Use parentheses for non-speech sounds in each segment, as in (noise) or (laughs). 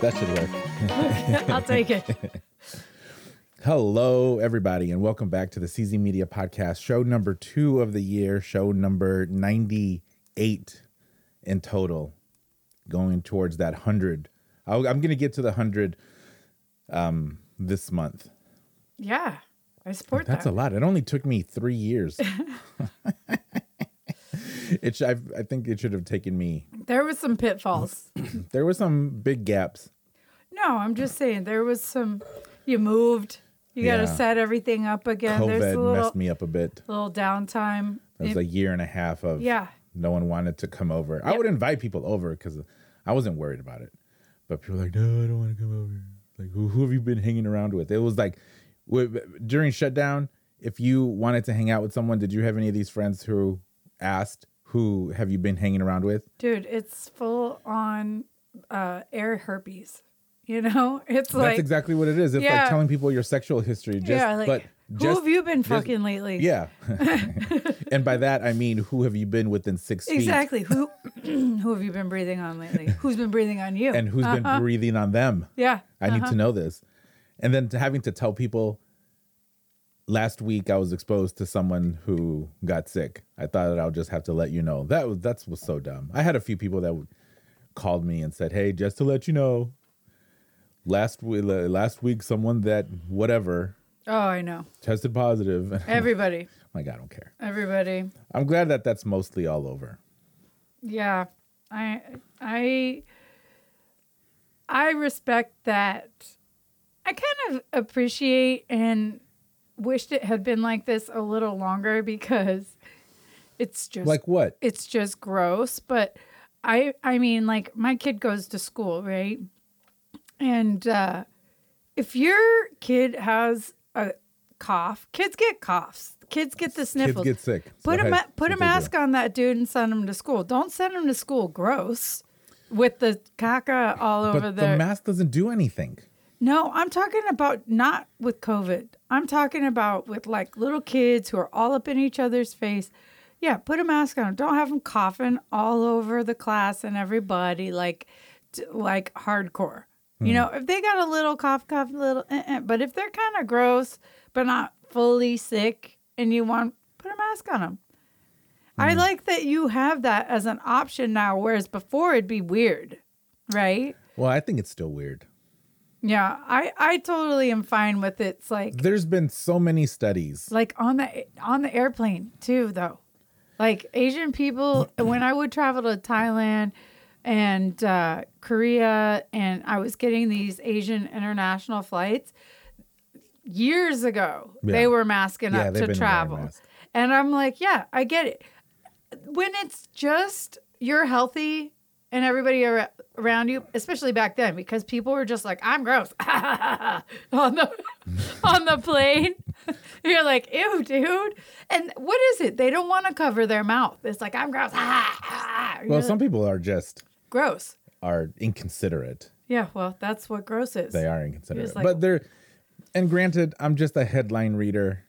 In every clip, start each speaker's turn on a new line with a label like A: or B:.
A: That should work.
B: (laughs) I'll take it.
A: Hello, everybody, and welcome back to the CZ Media Podcast, show number two of the year, show number 98 in total, going towards that 100. I, am going to get to the 100 um, this month.
B: Yeah, I support
A: That's
B: that.
A: a lot. It only took me three
B: (laughs)
A: years. it sh- i I think it should have taken me.
B: There was some pitfalls.
A: There were some big gaps.
B: No, I'm just saying there was some. You moved. You got to
A: Yeah.
B: set everything up again. There's a
A: COVID
B: little
A: messed me up a bit.
B: little downtime.
A: It was
B: It-
A: a year and a half of
B: Yeah.
A: no one wanted to come over. I
B: Yep.
A: would invite people over because I wasn't worried about it. But people were like, no, I don't want to come over. Like, who, who have you been hanging around with? It was like w- during shutdown, if you wanted to hang out with someone, did you have any of these friends who asked, who have you been hanging around with?
B: dude, it's full on uh, air herpes. You know, (laughs) it's
A: That's
B: like
A: exactly what it is. It's
B: Yeah.
A: like telling people your sexual history. Just,
B: yeah, like
A: but
B: who
A: just,
B: have you been
A: just-
B: fucking lately?
A: (laughs)
B: (laughs)
A: Yeah. and by that, I mean, who have you been within six feet?
B: exactly.
A: (laughs)
B: Who (clears throat) who have you been breathing on lately? Who's been breathing on you?
A: And who's
B: Uh-huh.
A: been breathing on them?
B: yeah,
A: I need
B: Uh-huh.
A: to know this. And then to having to tell people last week I was exposed to someone who got sick. I thought I'll just have to let you know. That was that's was so dumb. I had a few people that would- called me and said, "Hey, just to let you know, last we- la- last week someone that whatever
B: oh, I know.
A: tested positive." (laughs) And I'm
B: Everybody,
A: like, "I don't care."
B: everybody.
A: I'm glad that that's mostly all over.
B: Yeah. I I I respect that. I kind of appreciate and wished it had been like this a little longer because it's just
A: Like what?
B: it's just gross, but I I mean like my kid goes to school, right? And uh if your kid has a cough, kids get coughs. Kids get the
A: Kids
B: sniffles.
A: get sick. So,
B: Put a
A: hey,
B: ma-
A: what
B: put a
A: they do.
B: mask on that dude and send him to school. Don't send him to school gross with the caca all over
A: But the
B: there.
A: mask doesn't do anything.
B: no, I'm talking about not with COVID. I'm talking about with like little kids who are all up in each other's face. Yeah, put a mask on. Don't have them coughing all over the class and everybody like t- like hardcore. You know, if they got a little cough, cough, little, uh-uh, but if they're kind of gross but not fully sick, and you want put a mask on them. I like that you have that as an option now, whereas before it'd be weird, right?
A: Well, I think it's still weird.
B: Yeah, I I totally am fine with it. It's like
A: There's been so many studies.
B: like on the on the airplane too, though. Like Asian people,
A: Mm-hmm.
B: when I would travel to Thailand and uh, Korea, and I was getting these Asian international flights years ago,
A: Yeah.
B: they were masking
A: Yeah,
B: up
A: they've
B: to
A: been wearing
B: travel,
A: masks.
B: and I'm like, yeah, I get it. When it's just you're healthy and everybody ar- around you, especially back then, because people were just like, "I'm gross," (laughs) on the (laughs) on the plane. (laughs) You're like, ew, dude. And what is it? They don't want to cover their mouth. It's like, I'm gross. (laughs) You're
A: Well,
B: like,
A: some people are just
B: gross.
A: are inconsiderate.
B: Yeah, well, that's what gross is.
A: They are inconsiderate.
B: like-
A: but they're and granted, I'm just a headline reader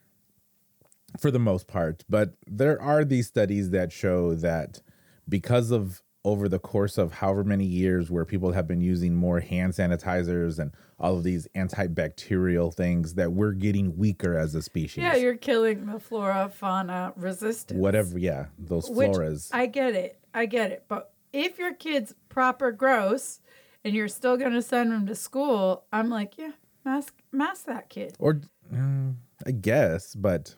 A: for the most part, but there are these studies that show that because of over the course of however many years where people have been using more hand sanitizers and all of these antibacterial things that we're getting weaker as a species.
B: Yeah, you're killing the flora, fauna, resistance.
A: whatever, yeah, those
B: Which
A: floras.
B: I get it. I get it. But if your kid's proper gross and you're still going to send them to school, I'm like, yeah, mask, mask that kid.
A: or mm, I guess, but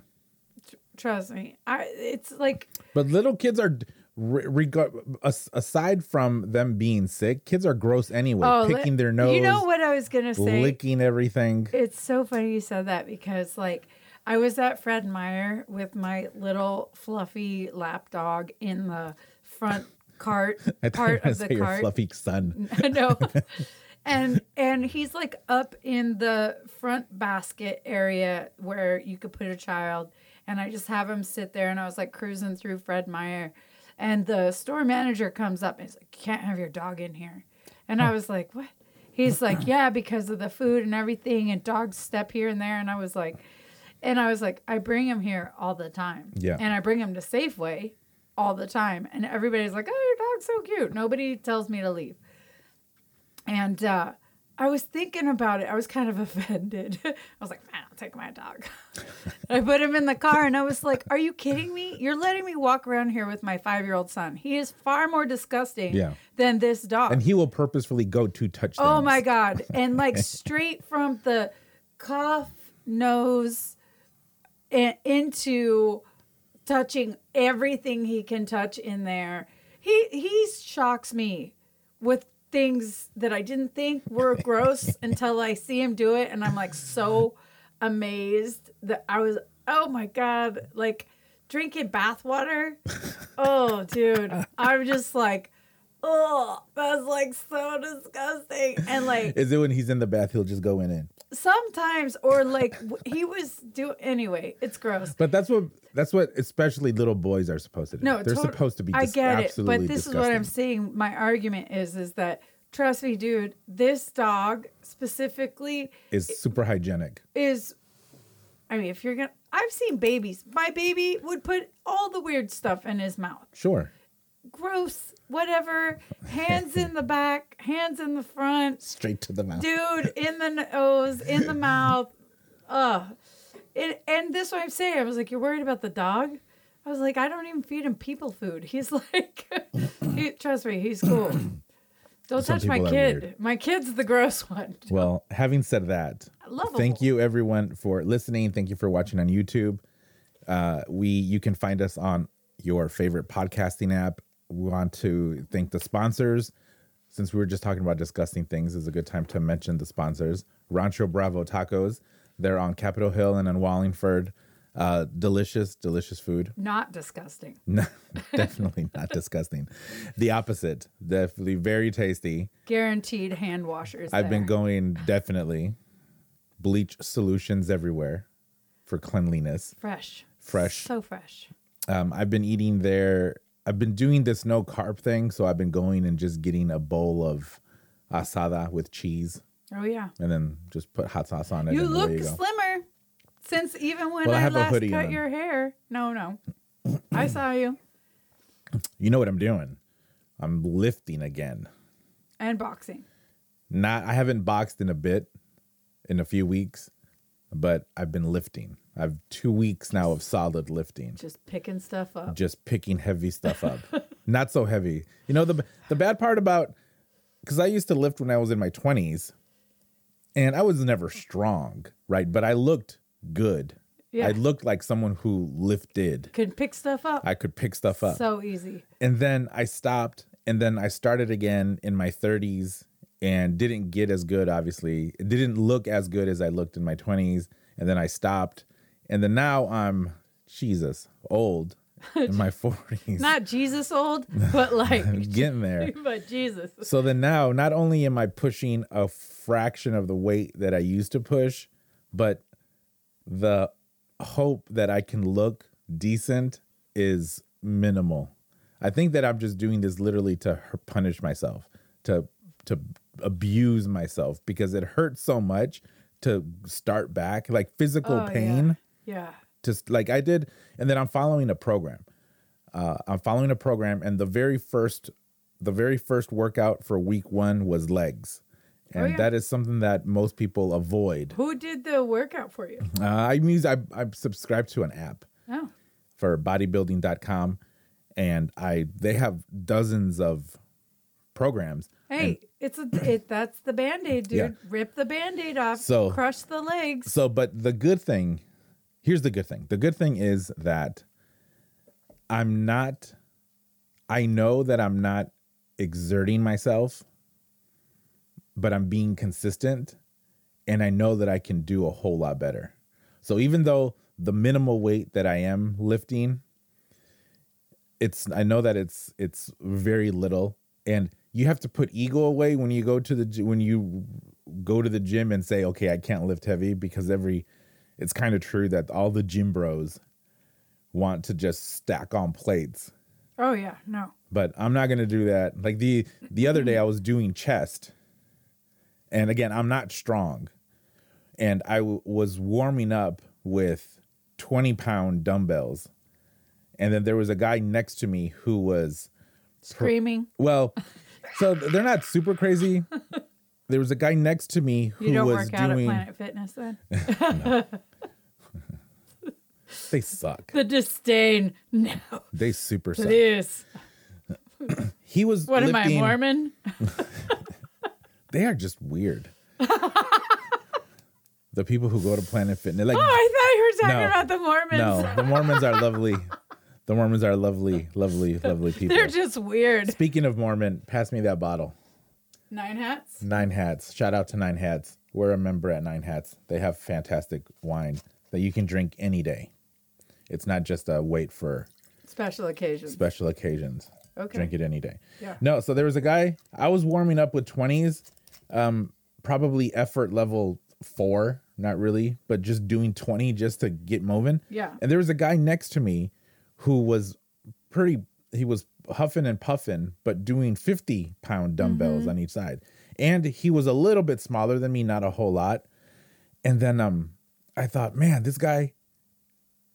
B: Trust me. I, it's like,
A: But little kids are re- regard as- aside from them being sick, kids are gross anyway.
B: oh, li-
A: picking their nose,
B: You know what I was going to say?
A: licking (laughs) everything.
B: It's so funny you said that because like I was at Fred Meyer with my little fluffy lap dog in the front cart
A: (laughs) I thought you were
B: part
A: gonna
B: of
A: say
B: the
A: your
B: cart.
A: fluffy
B: (laughs)
A: son.
B: no. And and he's like up in the front basket area where you could put a child. And I just have him sit there and I was like cruising through Fred Meyer. And the store manager comes up and he's like, You can't have your dog in here. And I was like, What? He's like, Yeah, because of the food and everything and dogs step here and there. And I was like and I was like, I bring him here all the time.
A: Yeah.
B: And I bring him to Safeway all the time. And everybody's like, Oh, your dog's so cute. Nobody tells me to leave. And uh, I was thinking about it. I was kind of (laughs) offended. I was like, man, I'll take my dog. (laughs) I put him in the car and I was like, are you kidding me? You're letting me walk around here with my five year old son. He is far more disgusting
A: Yeah.
B: than this dog.
A: And he will purposefully go to touch things.
B: Oh
A: (laughs)
B: my god! And like straight from the cuff nose and into touching everything he can touch in there. He he shocks me with things that I didn't think were gross until I see him do it, and I'm like so amazed that I was oh my god like drinking bathwater. Oh dude, I'm just like. Oh, that's like so disgusting. And like,
A: Is it when he's in the bath, he'll just go in and.
B: sometimes or like w- he was do anyway it's gross
A: But that's what that's what especially little boys are supposed to do.
B: no
A: they're
B: tot-
A: supposed to be.
B: i
A: dis-
B: get it
A: absolutely
B: but this is what
A: disgusting.
B: i'm saying my argument is is that trust me dude this dog specifically
A: Is super hygienic.
B: is i mean if you're gonna i've seen babies my baby would put all the weird stuff in his mouth
A: Sure.
B: gross whatever hands in the back hands in the front
A: Straight to the mouth.
B: dude in the nose in the mouth ugh it, and this is what i'm saying i was like you're worried about the dog i was like i don't even feed him people food (laughs) he's like he, trust me he's
A: (clears throat)
B: cool don't
A: Some
B: touch my
A: people are
B: kid
A: weird.
B: my kid's the gross (laughs) one
A: Well, having said that,
B: Lovable.
A: thank you everyone for listening. Thank you for watching on YouTube. Uh, we you can find us on your favorite podcasting app. We want to thank the sponsors. Since we were just talking about disgusting things, is a good time to mention the sponsors. Rancho Bravo Tacos. They're on Capitol Hill and in Wallingford. Uh, delicious, delicious food. (laughs)
B: not disgusting
A: No, definitely not disgusting. The opposite. Definitely very tasty.
B: guaranteed hand washers
A: I've been
B: there.
A: going definitely bleach solutions everywhere for cleanliness.
B: fresh
A: Fresh.
B: so fresh
A: Um, I've been eating there. I've been doing this no carb thing, so I've been going and just getting a bowl of asada with cheese,
B: oh yeah
A: and then just put hot sauce on it.
B: you
A: and
B: look
A: away you go.
B: slimmer since even when
A: Well, I
B: i,
A: have a
B: last cut
A: hoodie on.
B: your hair no no i saw you
A: You know what I'm doing? I'm lifting again.
B: and boxing
A: Not I haven't boxed in a bit, in a few weeks, but I've been lifting. I've two weeks now of solid lifting.
B: just picking stuff up
A: just picking heavy stuff up. (laughs) Not so heavy. You know the the bad part about cuz I used to lift when I was in my 20s and I was never strong, right? But I looked good.
B: Yeah.
A: I looked like someone who lifted.
B: can pick stuff up
A: I could pick stuff up.
B: so easy.
A: and then I stopped and then I started again in my 30s and didn't get as good obviously. It didn't look as good as I looked in my 20s and then I stopped and then now I'm Jesus, old
B: (laughs)
A: in my 40s.
B: Not Jesus old,
A: (laughs)
B: but like (laughs)
A: getting there.
B: but Jesus.
A: So then now, not only am I pushing a fraction of the weight that I used to push, but the hope that I can look decent is minimal. I think that I'm just doing this literally to hu- punish myself, to to abuse myself because it hurts so much to start back, like physical
B: Oh, yeah.
A: pain
B: Yeah.
A: just like I did, and then I'm following a program. Uh, I'm following a program, and the very first, the very first workout for week one was legs, and
B: yeah.
A: that is something that most people avoid.
B: Who did the workout for
A: (laughs)
B: you?
A: Uh, I use I I subscribe to an app
B: Oh.
A: for bodybuilding.com, and I they have dozens of programs.
B: Hey, it's a it that's the band-aid, dude.
A: Yeah.
B: Rip the band-aid off,
A: So-
B: crush the legs.
A: So, but the good thing, here's the good thing. The good thing is that I'm not, I know that I'm not exerting myself, but I'm being consistent and I know that I can do a whole lot better. So, even though the minimal weight that I am lifting, it's, I know that it's, it's very little and you have to put ego away when you go to the, gy- when you go to the gym and say, okay, I can't lift heavy because every, it's kind of true that all the gym bros want to just stack on plates,
B: Oh yeah, no.
A: but I'm not going to do that. Like the, the other day I was doing chest and again, I'm not strong and I w- was warming up with 20 pound dumbbells. And then there was a guy next to me who was,
B: Screaming. (laughs)
A: well, so they're not super crazy, there was a guy next to me who
B: You don't
A: was
B: work out
A: doing.
B: at Planet
A: (laughs)
B: Fitness then?
A: They suck.
B: the disdain.
A: (laughs)
B: No,
A: They super suck.
B: please.
A: He was.
B: What am I,
A: lifting-
B: Mormon? (laughs)
A: They are just weird. the people who go to Planet Fitness, like
B: Oh, I thought you were talking
A: No.
B: about the Mormons.
A: no, the Mormons are lovely. The Mormons are lovely, lovely, lovely people.
B: (laughs) (laughs) They're just weird.
A: Speaking of Mormon, pass me that bottle.
B: Nine hats.
A: Nine Hats. Shout out to Nine Hats. We're a member at Nine Hats. They have fantastic wine that you can drink any day. It's not just a wait for
B: Special occasions.
A: special occasions.
B: Okay.
A: Drink it any day.
B: Yeah.
A: No, so there was a guy I was warming up with 20s, um, probably effort level four, not really, but just doing 20 just to get moving.
B: Yeah.
A: And there was a guy next to me who was pretty, he was huffing and puffing, but doing 50 pound dumbbells
B: Mm-hmm.
A: on each side. And he was a little bit smaller than me, not a whole lot. And then um, I thought, man, this guy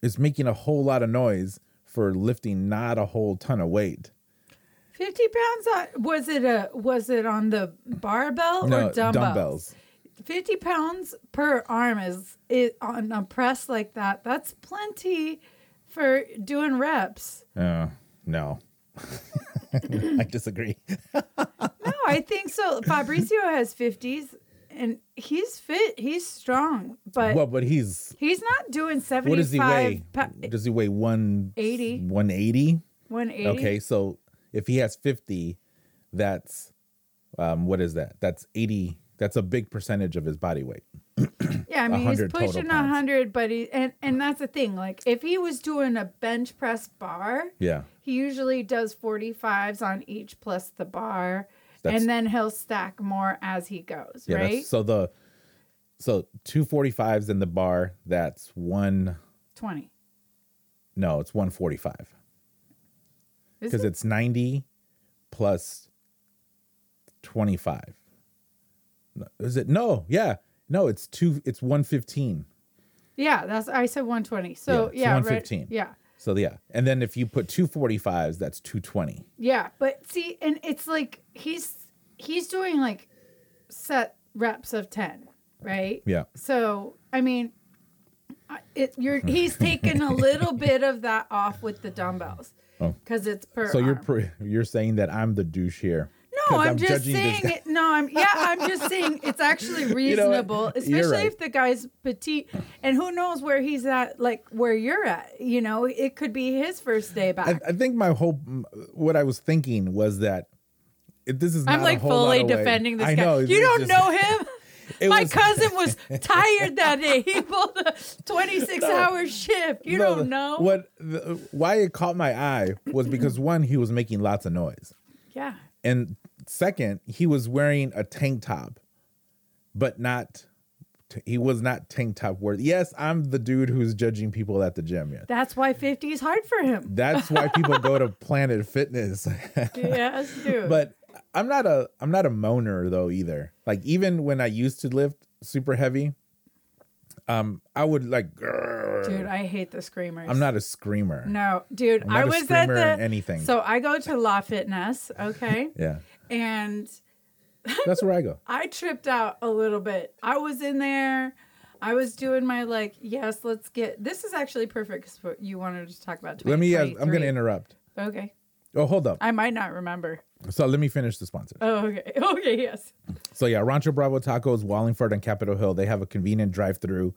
A: is making a whole lot of noise for lifting not a whole ton of weight.
B: 50 pounds on, was it a was it on the barbell or dumbbells? 50 pounds per arm is it on a press like that. That's plenty for doing reps.
A: Uh, no. (laughs) I disagree.
B: No, I
A: (coughs)
B: think so. Fabrizio has 50s and he's fit, he's strong, but
A: Well, but he's
B: he's not doing 75
A: what does he weigh?
B: pa-
A: Does he weigh one
B: 80.
A: 180?
B: 180.
A: Okay, so if he has 50, that's um what is that? That's 80. That's a big percentage of his body weight.
B: Yeah, I mean he's
A: 100 total
B: pushing
A: pounds.
B: 100, but he and and that's the thing. Like if he was doing a bench press bar,
A: Yeah.
B: He usually does 45s on each plus the bar,
A: That's-
B: and then he'll stack more as he goes,
A: Yeah,
B: right?
A: that's, so the so 245s in the bar, that's 1
B: 20.
A: no, it's 145.
B: Is
A: because
B: it?
A: it's 90 plus 25 No, is it no yeah no it's two it's 115
B: yeah, that's I said 120.
A: Yeah,
B: So
A: it's
B: yeah, right-
A: 115.
B: yeah.
A: so yeah and then if you put two 45s that's 220
B: Yeah, but see and it's like he's he's doing like set reps of 10, right?
A: yeah
B: So, I mean, I- it you're
A: (laughs)
B: he's taking a little bit of that off with the dumbbells.
A: Oh.
B: Cuz it's per
A: so you're
B: arm.
A: pre- you're saying that i'm the douche here
B: No,
A: 'Cause
B: I'm, just
A: judging this
B: saying
A: guy.
B: it. No, I'm yeah, I'm just saying
A: (laughs)
B: it's actually
A: know what?
B: reasonable,
A: You're
B: especially
A: right.
B: if the guy's petite and who knows where he's at, like where you're at. You know, it could be his first day back.
A: I, I think my whole what i was thinking was that it, this is not
B: I'm
A: a
B: like
A: whole lot
B: fully
A: of way-
B: defending this
A: I
B: guy.
A: know,
B: you
A: it's
B: don't
A: just- (laughs)
B: know him.
A: it
B: My
A: was-
B: cousin
A: (laughs)
B: was tired that day. He pulled a 26 hour shift. You
A: No,
B: don't know.
A: what the, why it caught my eye was because one he was making lots of noise
B: Yeah.
A: and second he was wearing a tank top but not t- he was not tank top worthy yes i'm the dude who's judging people at the gym yeah
B: That's why 50 is hard for
A: (laughs)
B: him.
A: that's why people go
B: (laughs)
A: to planet fitness
B: yes, dude.
A: but i'm not a i'm not a moaner though either like even when i used to lift super heavy um i would like grrr.
B: dude, I hate the screamers.
A: i'm not a screamer
B: No, dude,
A: not
B: I
A: a
B: was at
A: screamer
B: the
A: in anything.
B: So I go to La Fitness,
A: (laughs)
B: okay,
A: yeah
B: and
A: that's where i
B: (laughs)
A: go
B: I tripped out a little bit. I was in there, I was doing my like, yes, let's get. This is actually perfect because what you wanted to talk about.
A: Let me. Ask, I'm going to
B: 2023.
A: interrupt.
B: Okay,
A: Oh, hold up.
B: I might not remember.
A: So let me finish the sponsor.
B: Oh, okay, (laughs) okay, yes.
A: So yeah, Rancho Bravo Tacos, Wallingford, and Capitol Hill. They have a convenient drive-through,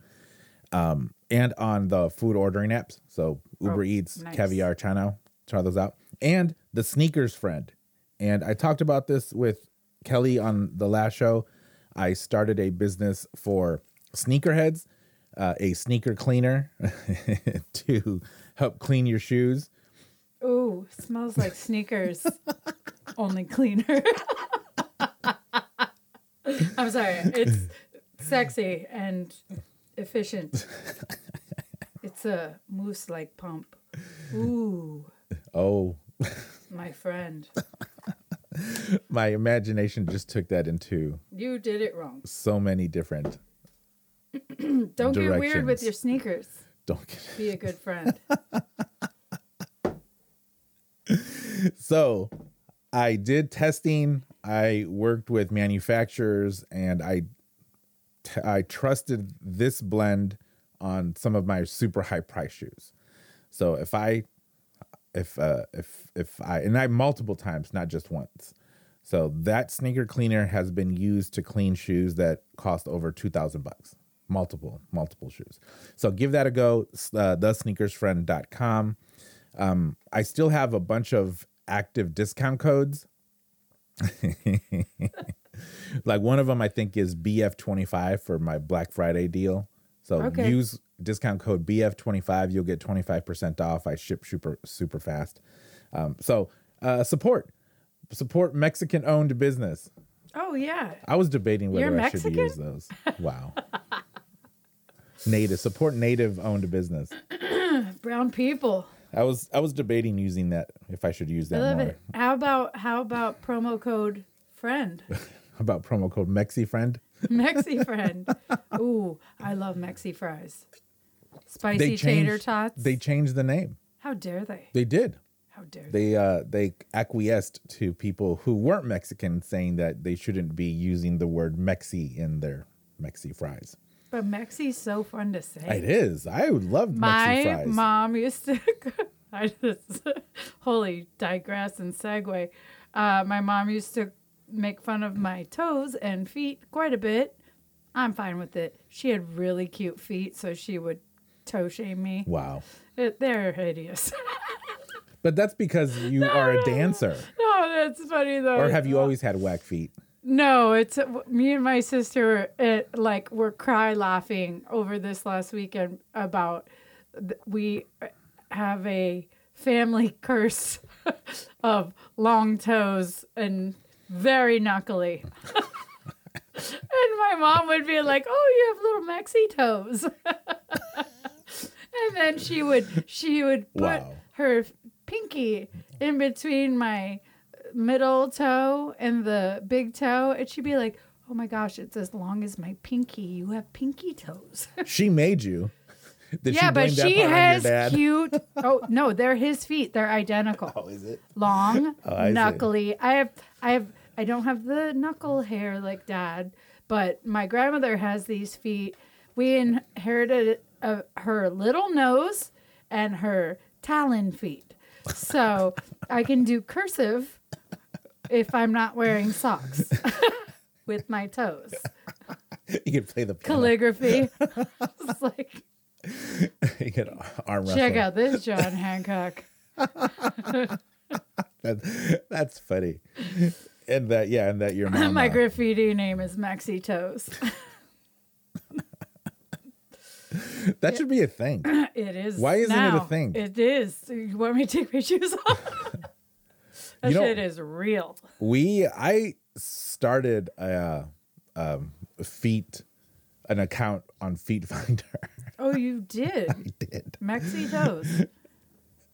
A: um, and on the food ordering apps. So Uber
B: Oh,
A: Eats,
B: nice.
A: Caviar, Chino. Try those out. And the sneakers friend. And I talked about this with Kelly on the last show. I started a business for sneakerheads, uh, a sneaker cleaner (laughs) to help clean your shoes.
B: Ooh, smells like sneakers. Only cleaner. I'm sorry. It's sexy and efficient. It's a moose like pump. Ooh,
A: Oh,
B: my friend.
A: my imagination just took that into
B: You did it wrong.
A: so many different.
B: Don't get weird
A: Directions.
B: with your sneakers.
A: Don't get
B: Be a good friend.
A: so. I did testing I worked with manufacturers and I t- I trusted this blend on some of my super high price shoes. So if I if uh if if I and I multiple times, not just once. So that sneaker cleaner has been used to clean shoes that cost over 2000 bucks. Multiple, multiple shoes. So give that a go s- uh, thesneakersfriend.com. Um I still have a bunch of active discount codes. (laughs) like one of them I think is BF25 for my Black Friday deal. So
B: Okay.
A: use discount code BF25. You'll get 25% off. I ship super super fast. Um, so uh, support support Mexican owned business.
B: Oh yeah.
A: I was debating whether
B: You're
A: I should
B: Mexican?
A: use those. Wow. native support native owned business.
B: Brown people.
A: I was I was debating using that if I should use
B: I
A: that
B: love
A: more.
B: it. How about how about promo code friend?
A: About promo code MexiFriend.
B: Mexi friend. Ooh, I love Mexi fries. Spicy
A: They
B: tater
A: changed-
B: tots.
A: They changed the name.
B: how dare they?
A: They did.
B: How dare they?
A: they uh, they acquiesced to people who weren't Mexican saying that they shouldn't be using the word Mexi in their Mexi fries.
B: But Mexi's so fun to say.
A: It is. I would love Mexi
B: My
A: fries.
B: mom used to. (laughs) I just (laughs) holy digress and segue. Uh, my mom used to make fun of my toes and feet quite a bit. I'm fine with it. She had really cute feet, so she would toe shame me.
A: wow.
B: It, they're hideous. (laughs)
A: But that's because you are a dancer.
B: no, that's funny though.
A: Or have you always had whack feet?
B: No, it's me and my sister. It like were cry laughing over this last weekend about th- we uh, have a family (laughs) curse of long toes and very knuckly. (laughs) and my mom would be like, "Oh, you have little Mexi toes," (laughs) and then she would she would put
A: Wow.
B: her pinky in between my middle toe and the big toe, and she'd be like, "Oh my gosh, it's as long as my pinky. You have pinky toes."
A: She made you. Did she
B: yeah, but
A: blame that
B: she
A: part
B: has
A: on your dad? (laughs)
B: cute. Oh no, they're his feet. They're identical.
A: Oh, is it?
B: Long,
A: (laughs) I see.
B: knuckly. I have, I have, I don't have the knuckle hair like dad, but my grandmother has these feet. We inherited uh, her little nose and her talon feet,
A: (laughs)
B: so I can do cursive if I'm not wearing socks (laughs) with my toes.
A: You could play the piano.
B: Calligraphy. (laughs) it's like.
A: (laughs) you could arm wrestle.
B: Check out this John Hancock.
A: That, that's funny. And that, yeah, and that your mom.
B: (laughs) My
A: uh,
B: graffiti name is Maxi Toes.
A: that should be a thing.
B: (laughs) It is.
A: Why isn't it a
B: now.
A: thing?
B: It is. You want me to take my shoes off?
A: (laughs)
B: that
A: You know-
B: shit is real.
A: we i started a um, feet an account on feet finder (laughs)
B: Oh, you did.
A: I did (laughs)
B: Maxi Toes.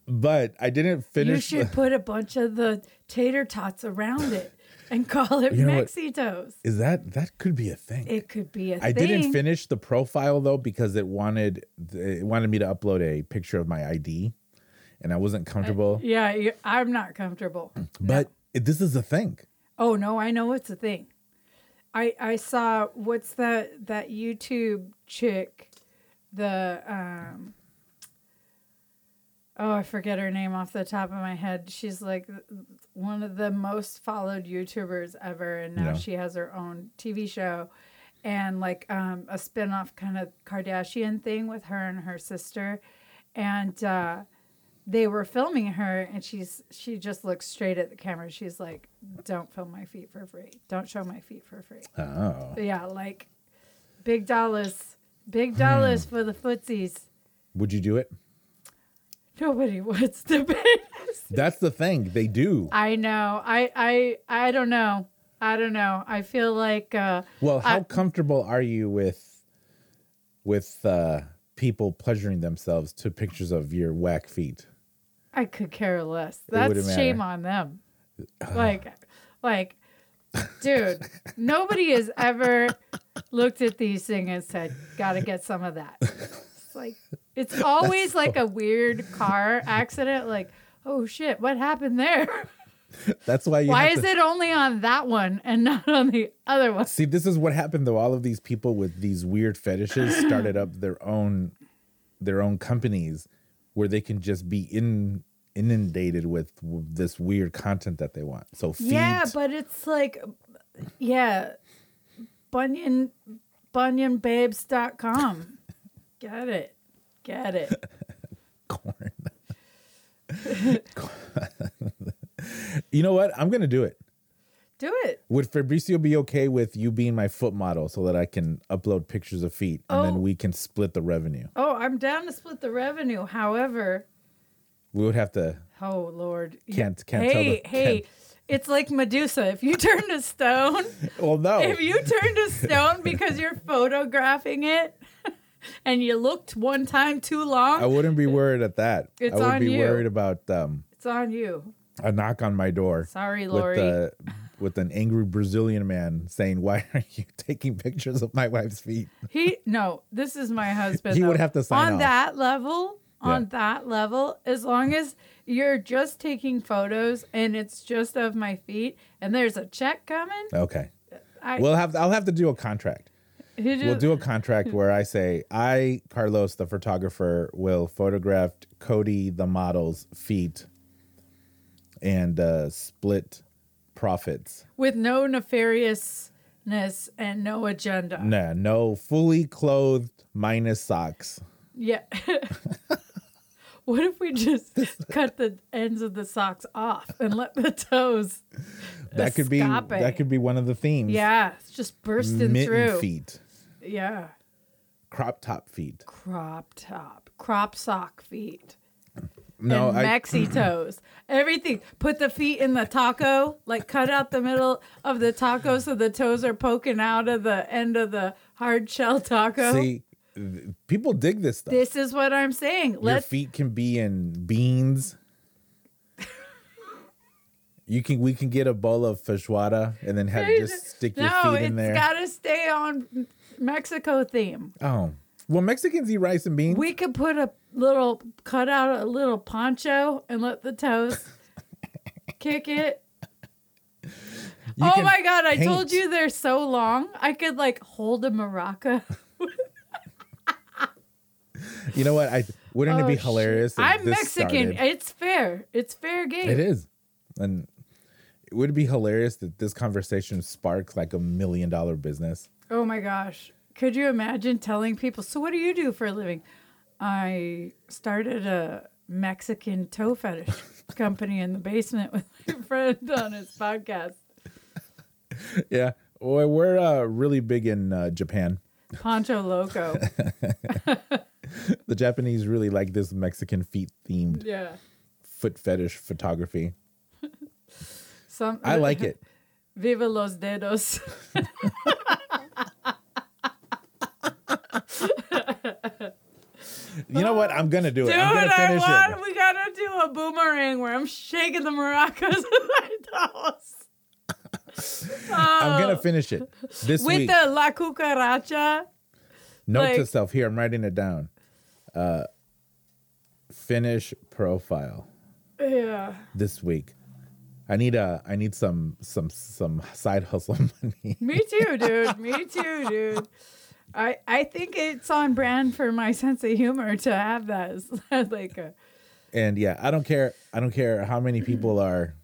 A: but i didn't
B: You
A: finish
B: should
A: the-
B: put a bunch of the tater tots around it and call it
A: You know what?
B: Maxi Toes.
A: is that that could be a thing
B: It could be a
A: i
B: thing.
A: didn't finish the profile though because it wanted it wanted me to upload a picture of my id and i wasn't
B: (laughs)
A: comfortable
B: Yeah, you- I'm
A: (clears throat)
B: not comfortable.
A: but it, this is a thing
B: Oh no, I know it's a thing. I I saw what's that that YouTube chick, the um. Oh, I forget her name off the top of my head. She's like one of the most followed YouTubers ever, and now
A: Yeah.
B: she has her own TV show, and like um, a spin-off kind of Kardashian thing with her and her sister, and uh, they were filming her and she's she just looks straight at the camera she's like don't film my feet for free don't show my feet for free
A: oh
B: yeah like big dollars
A: Hmm.
B: big dollars for the footsies (laughs)
A: would you do it
B: nobody wants to pay
A: that's the thing they do
B: i know i i i don't know i don't know i feel like uh
A: well how
B: I-
A: comfortable are you with with uh people pleasuring themselves to pictures of your whack feet
B: i could care less
A: wouldn't
B: that's shame
A: matter. (sighs)
B: on them like like dude
A: (laughs)
B: nobody has ever looked at these things and said gotta get some of that it's like
A: (laughs)
B: it's always like a weird car accident like oh shit what happened there
A: That's why you
B: Why
A: have
B: is
A: to-
B: it only on that one and not (laughs) on the other one?
A: See, this is what happened though. All of these people with these weird
B: (clears throat)
A: fetishes started up their own their own companies where they can just be in inundated with w- this weird content that they want. So feet,
B: Yeah, but it's like, yeah, Bunyan, bunyanbabes.com. Get it. Get it.
A: (laughs) corn. (laughs) you know what? I'm gonna do it.
B: Do it.
A: Would Fabricio be okay with you being my foot model so that I can upload pictures of feet and
B: Oh.
A: then we can split the revenue?
B: Oh, I'm down to split the revenue. However,
A: We would have to
B: oh, Lord. You-
A: Can't- can't tell
B: hey,
A: the-
B: hey.
A: can't-
B: It's like Medusa. If you turn
A: (laughs)
B: to stone,
A: Well no.
B: if you turn to stone because you're photographing it (laughs) and you looked one time too
A: I
B: long,
A: wouldn't be worried at that.
B: (laughs) It's
A: I would
B: on
A: be
B: you.
A: worried about um,
B: it's on you.
A: a knock on my door
B: Sorry,
A: with
B: Lori.
A: the with an angry Brazilian man saying, "Why (laughs) are you taking pictures of my wife's feet?"
B: He no, this is my husband.
A: He would
B: though.
A: have to sign
B: on
A: off.
B: that level. On
A: Yeah.
B: that level, as long as you're just taking photos and it's just of my feet, and there's a check coming,
A: Okay,
B: I
A: we'll have I'll have to do a contract.
B: he just,
A: We'll do a contract where I say, "I, Carlos, the photographer, will photograph Cody, the model's feet, and uh, split profits."
B: with no nefariousness and no agenda.
A: Nah, no, fully clothed minus socks.
B: Yeah. (laughs) what if we just
A: (laughs)
B: cut the ends of the socks off and let the toes?
A: That could be
B: escape?
A: that could be one of the themes.
B: Yeah, it's just bursting
A: mitten
B: through.
A: feet,
B: Yeah,
A: crop top feet.
B: crop top, crop sock feet.
A: No,
B: and
A: I, (clears throat)
B: maxi toes. Everything. Put the feet in the taco. Like cut out the middle of the taco so the toes are poking out of the end of the hard shell taco.
A: see th- people dig this stuff.
B: this is what I'm saying.
A: Your
B: Let
A: feet can be in beans. you can we can get a bowl of feijoada and then have just stick your
B: no,
A: feet in there.
B: it's gotta stay on Mexico theme.
A: oh. Well, Mexicans eat rice and beans.
B: We could put a little cut out a little poncho and let
A: (laughs)
B: the toes kick it.
A: You
B: oh
A: can
B: my god, I told
A: paint.
B: you they're so long. I could like hold a maraca.
A: You know what? I wouldn't it
B: Oh,
A: be
B: shit.
A: hilarious? if
B: I'm
A: this
B: Mexican.
A: started-
B: It's fair. It's fair game.
A: It is. And it would be hilarious that this conversation sparks like a million dollar business. (laughs)
B: Oh my gosh. Could you imagine telling people, so what do you do for a living? I started a Mexican toe fetish
A: (laughs)
B: company in the basement with my friend on his podcast.
A: Yeah. Well, we're uh, really big in uh, Japan. (laughs)
B: Poncho Loco.
A: The Japanese really like this Mexican feet themed
B: Yeah.
A: foot fetish photography.
B: Some
A: I like it.
B: Viva los dedos.
A: You know what? I'm gonna do it.
B: Dude,
A: I'm gonna
B: I
A: finish
B: want
A: it.
B: we gotta do a boomerang where I'm shaking the maracas (laughs) in my toes.
A: I'm gonna finish it this
B: With
A: week.
B: the la cucaracha.
A: Note to
B: like-
A: self here. I'm writing it down. Uh, finish profile
B: Yeah.
A: this week. I need a. I need some some some side (laughs) hustle money.
B: Me too, dude. Me too, dude. I I think it's on brand for my (laughs) sense of humor to have that as as (laughs) like a
A: And yeah, I don't care. I don't care how many people are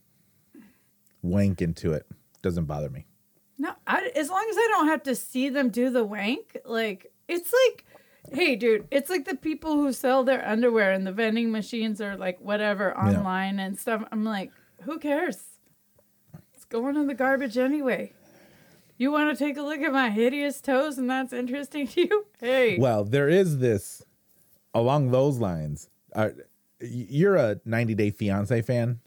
A: wank into it. Doesn't bother me.
B: no. I, as long as I don't have to see them do the wank, like it's like, hey, dude, it's like the people who sell their underwear and the vending machines or like whatever online and stuff. I'm like, who cares? It's going in the garbage anyway. You want to take a look at my hideous toes and that's interesting to you? Hey,
A: Well, there is this along those lines. Uh, y- you're a 90 Day Fiance fan,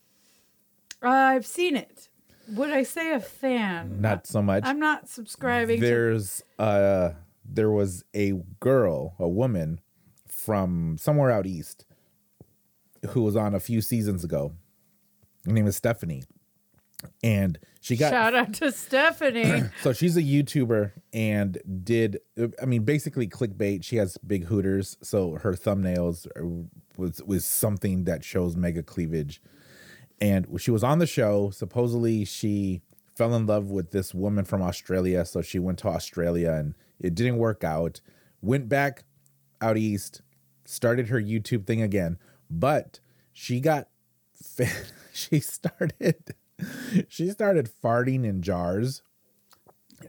B: I've seen it. Would I say a fan?
A: not so much.
B: I'm not subscribing to.
A: There's uh, there was a girl, a woman from somewhere out east, who was on a few seasons ago. Her name is Stephanie, and she got
B: (laughs) Shout out to
A: (coughs)
B: Stephanie.
A: (clears throat) so she's a YouTuber and did I mean basically clickbait. She has big hooters, so her thumbnails are- was was something that shows mega cleavage, And she was on the show. Supposedly, she fell in love with this woman from Australia. So she went to Australia and it didn't work out. Went back out east, started her YouTube thing again. But she got, (laughs) she started, she started farting in jars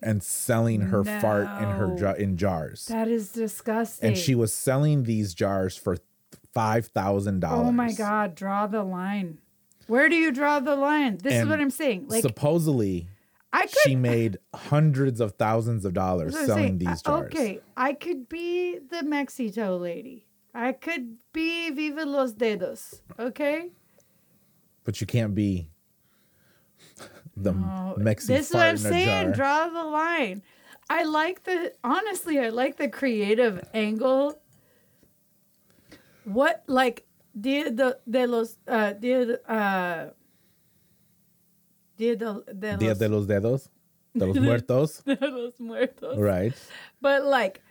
A: and selling her fart in her
B: No.
A: jar in jars.
B: That is disgusting.
A: and she was selling these jars for five thousand dollars.
B: Oh my God, draw the line. Where do you draw the line? This is
A: And
B: what I'm saying. Like,
A: Supposedly,
B: I could.
A: she made hundreds of thousands of dollars
B: that's what I'm
A: selling
B: saying.
A: these
B: I-
A: jars.
B: Okay, I could be the Mexito lady. I could be Viva los Dedos. Okay?
A: But you can't be the
B: Oh,
A: Mexican.
B: this is what I'm saying. Draw the line. I like the honestly. I like the creative angle. What like Dia de, de los uh, Dia de, uh, Dia de, de,
A: Dia
B: los,
A: de los dedos, de los muertos,
B: (laughs) de los muertos.
A: right?
B: But like,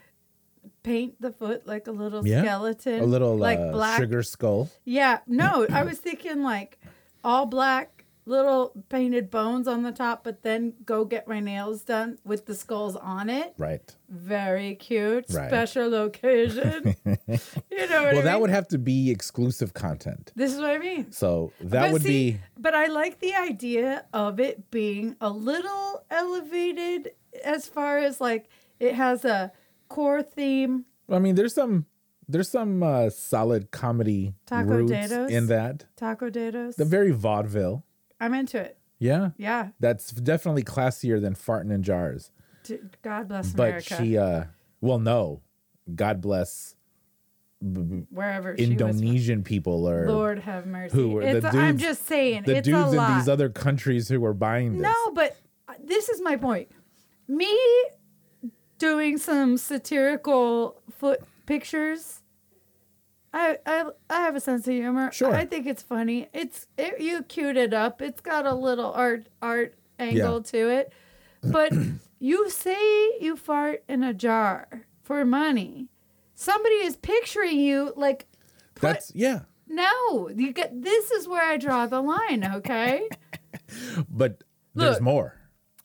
B: paint the foot like a little
A: Yeah.
B: skeleton,
A: A little
B: like
A: uh,
B: black
A: sugar skull.
B: yeah, no, I was thinking like all black, little painted bones on the top, but then go get my nails done with the skulls on it.
A: Right.
B: Very cute,
A: Right.
B: special
A: (laughs)
B: occasion. you know what I
A: Well, that
B: mean?
A: would have to be exclusive content.
B: This is what I mean.
A: So that
B: But
A: would
B: see,
A: be
B: But I like the idea of it being a little elevated as far as like it has a core theme.
A: I mean, there's some there's some uh, solid comedy
B: Taco
A: roots
B: dados?
A: in that.
B: Taco dados.
A: The very vaudeville.
B: I'm into it.
A: Yeah,
B: Yeah.
A: that's definitely classier than farting in jars.
B: D- God bless
A: But
B: America.
A: she, uh well, no, God bless
B: wherever she was from.
A: Indonesian people or
B: Lord have mercy.
A: Who were the
B: It's- I'm
A: dudes-
B: just saying,
A: the
B: it's a
A: dudes in
B: lot.
A: these other countries who were buying this.
B: no, but uh, this is my point. Me doing some satirical foot pictures. I, I I have a sense of humor.
A: Sure.
B: I think it's funny. It's it, you queued it up. It's got a little art art angle to it.
A: (clears throat)
B: But you say you fart in a jar for money. Somebody is picturing you like
A: that's yeah.
B: no, you get this is where I draw the line, okay?
A: But there's
B: Look.
A: more.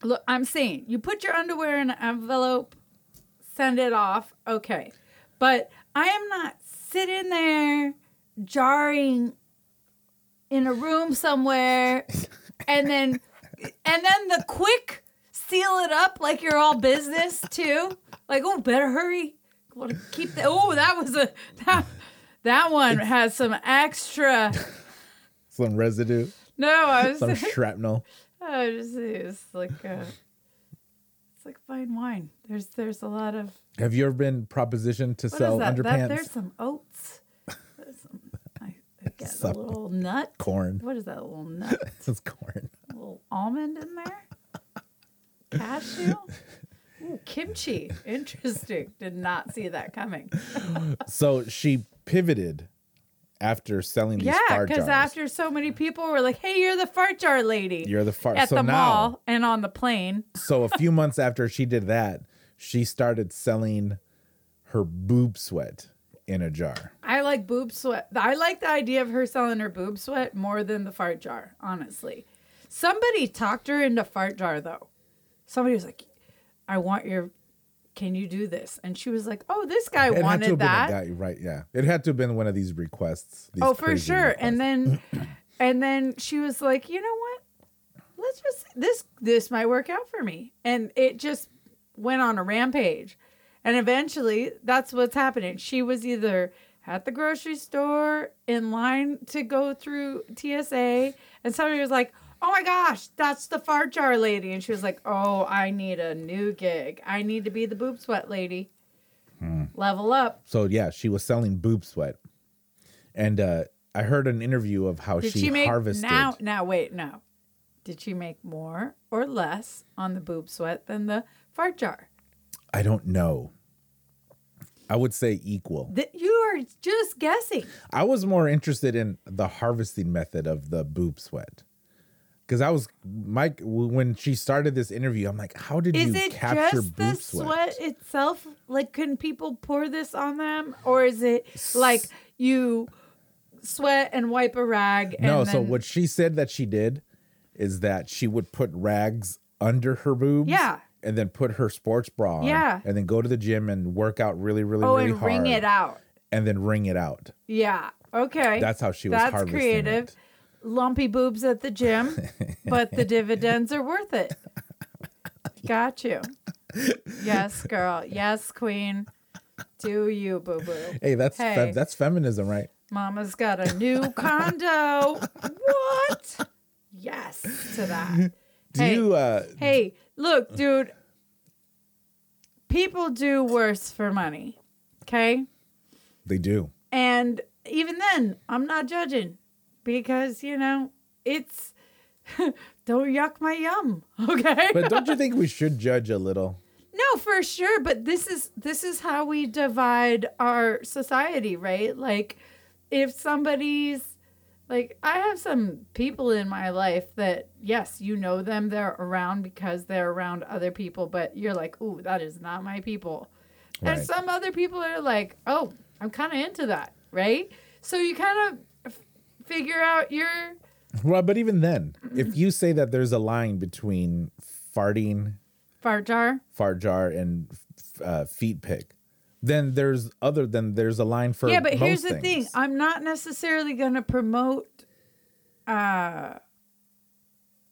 B: Look, I'm saying you put your underwear in an envelope, send it off, okay. But I am not sitting there jarring in a room somewhere and then and then the quick seal it up like you're all business too. Like, oh better hurry. Wanna keep the oh that was a that, that one has some extra
A: Some residue,
B: No, I was (laughs)
A: some shrapnel.
B: Oh, I was just it's like uh it's like fine wine. There's there's a lot of
A: Have you ever been propositioned to
B: what is
A: sell
B: that? that?
A: underpants,
B: There's some oats. There's some- I, I get
A: Some-
B: a little nut.
A: corn? (laughs)
B: What is that? A little nut?
A: This is corn.
B: A little almond in there? Cashew? Ooh, kimchi. Interesting. Did not see that coming.
A: So she pivoted after selling these
B: yeah,
A: fart
B: because
A: jars.
B: after so many people were like, "Hey, you're the fart jar lady."
A: You're the fart.
B: at
A: so
B: the
A: now,
B: mall and on the plane.
A: so a few months after she did that, she started selling her boob sweat in a jar.
B: I like boob sweat. I like the idea of her selling her boob sweat more than the fart jar, honestly. Somebody talked her into fart jar though. Somebody was like, "I want your can you do this?" And she was like, "Oh, this guy
A: It had to
B: wanted
A: have
B: that."
A: been a guy, right? Yeah, it had to have been one of these requests. these
B: oh, for
A: crazy
B: sure. And
A: requests.
B: then (clears throat) and then she was like, "You know what? Let's just this this might work out for me." And it just went on a rampage. And eventually, that's what's happening. She was either at the grocery store in line to go through TSA, and somebody was like, "Oh my gosh, that's the fart jar lady." And she was like, "Oh, I need a new gig. I need to be the boob sweat lady."
A: Hmm.
B: Level up.
A: so yeah, she was selling boob sweat, and uh, I heard an interview of how
B: Did
A: she,
B: she, make
A: harvested.
B: now? Now wait, no. Did she make more or less on the boob sweat than the fart jar?
A: I don't know. I would say equal.
B: That you are just guessing.
A: I was more interested in the harvesting method of the boob sweat. Because I was Mike when she started this interview, I'm like, how did
B: Is
A: you
B: it
A: capture
B: just the
A: boob
B: sweat? itself? Like, can people pour this on them, or is it like you sweat and wipe a rag.
A: No,
B: and
A: so
B: then-
A: what she said that she did is that she would put rags under her boobs.
B: Yeah.
A: And then put her sports bra on.
B: Yeah.
A: And then go to the gym and work out really, really,
B: Oh,
A: really
B: and
A: hard.
B: wring it out.
A: And then wring it out.
B: Yeah. Okay.
A: That's how she was
B: That's
A: harvesting
B: creative.
A: it.
B: Lumpy boobs at the gym, but
A: (laughs)
B: the dividends are worth it. Got you. Yes, girl. Yes, queen. Do you, boo boo?
A: Hey, that's fe-
B: Hey.
A: that's feminism, right?
B: Mama's got a new condo. What? Yes to that.
A: Do
B: Hey.
A: you uh
B: Hey, look, dude. People do worse for money. Okay?
A: they do.
B: And even then, I'm not judging because, you know, it's (laughs) don't yuck my yum, (laughs) okay?
A: But don't you think we should judge a little?
B: no, for sure, but this is this is how we divide our society, right? Like if somebody's like I have some people in my life that yes, you know them, they're around because they're around other people, but you're like, "Ooh, that is not my people."
A: Right.
B: And some other people are like, oh, I'm kind of into that, right? So you kind of f- figure out your.
A: Well, but even then, if you say that there's a line between farting,
B: Fart jar.
A: fart jar, and f- uh, feet pick, then there's other than there's a line for
B: yeah, but here's
A: most
B: the thing:
A: things.
B: I'm not necessarily going to promote uh,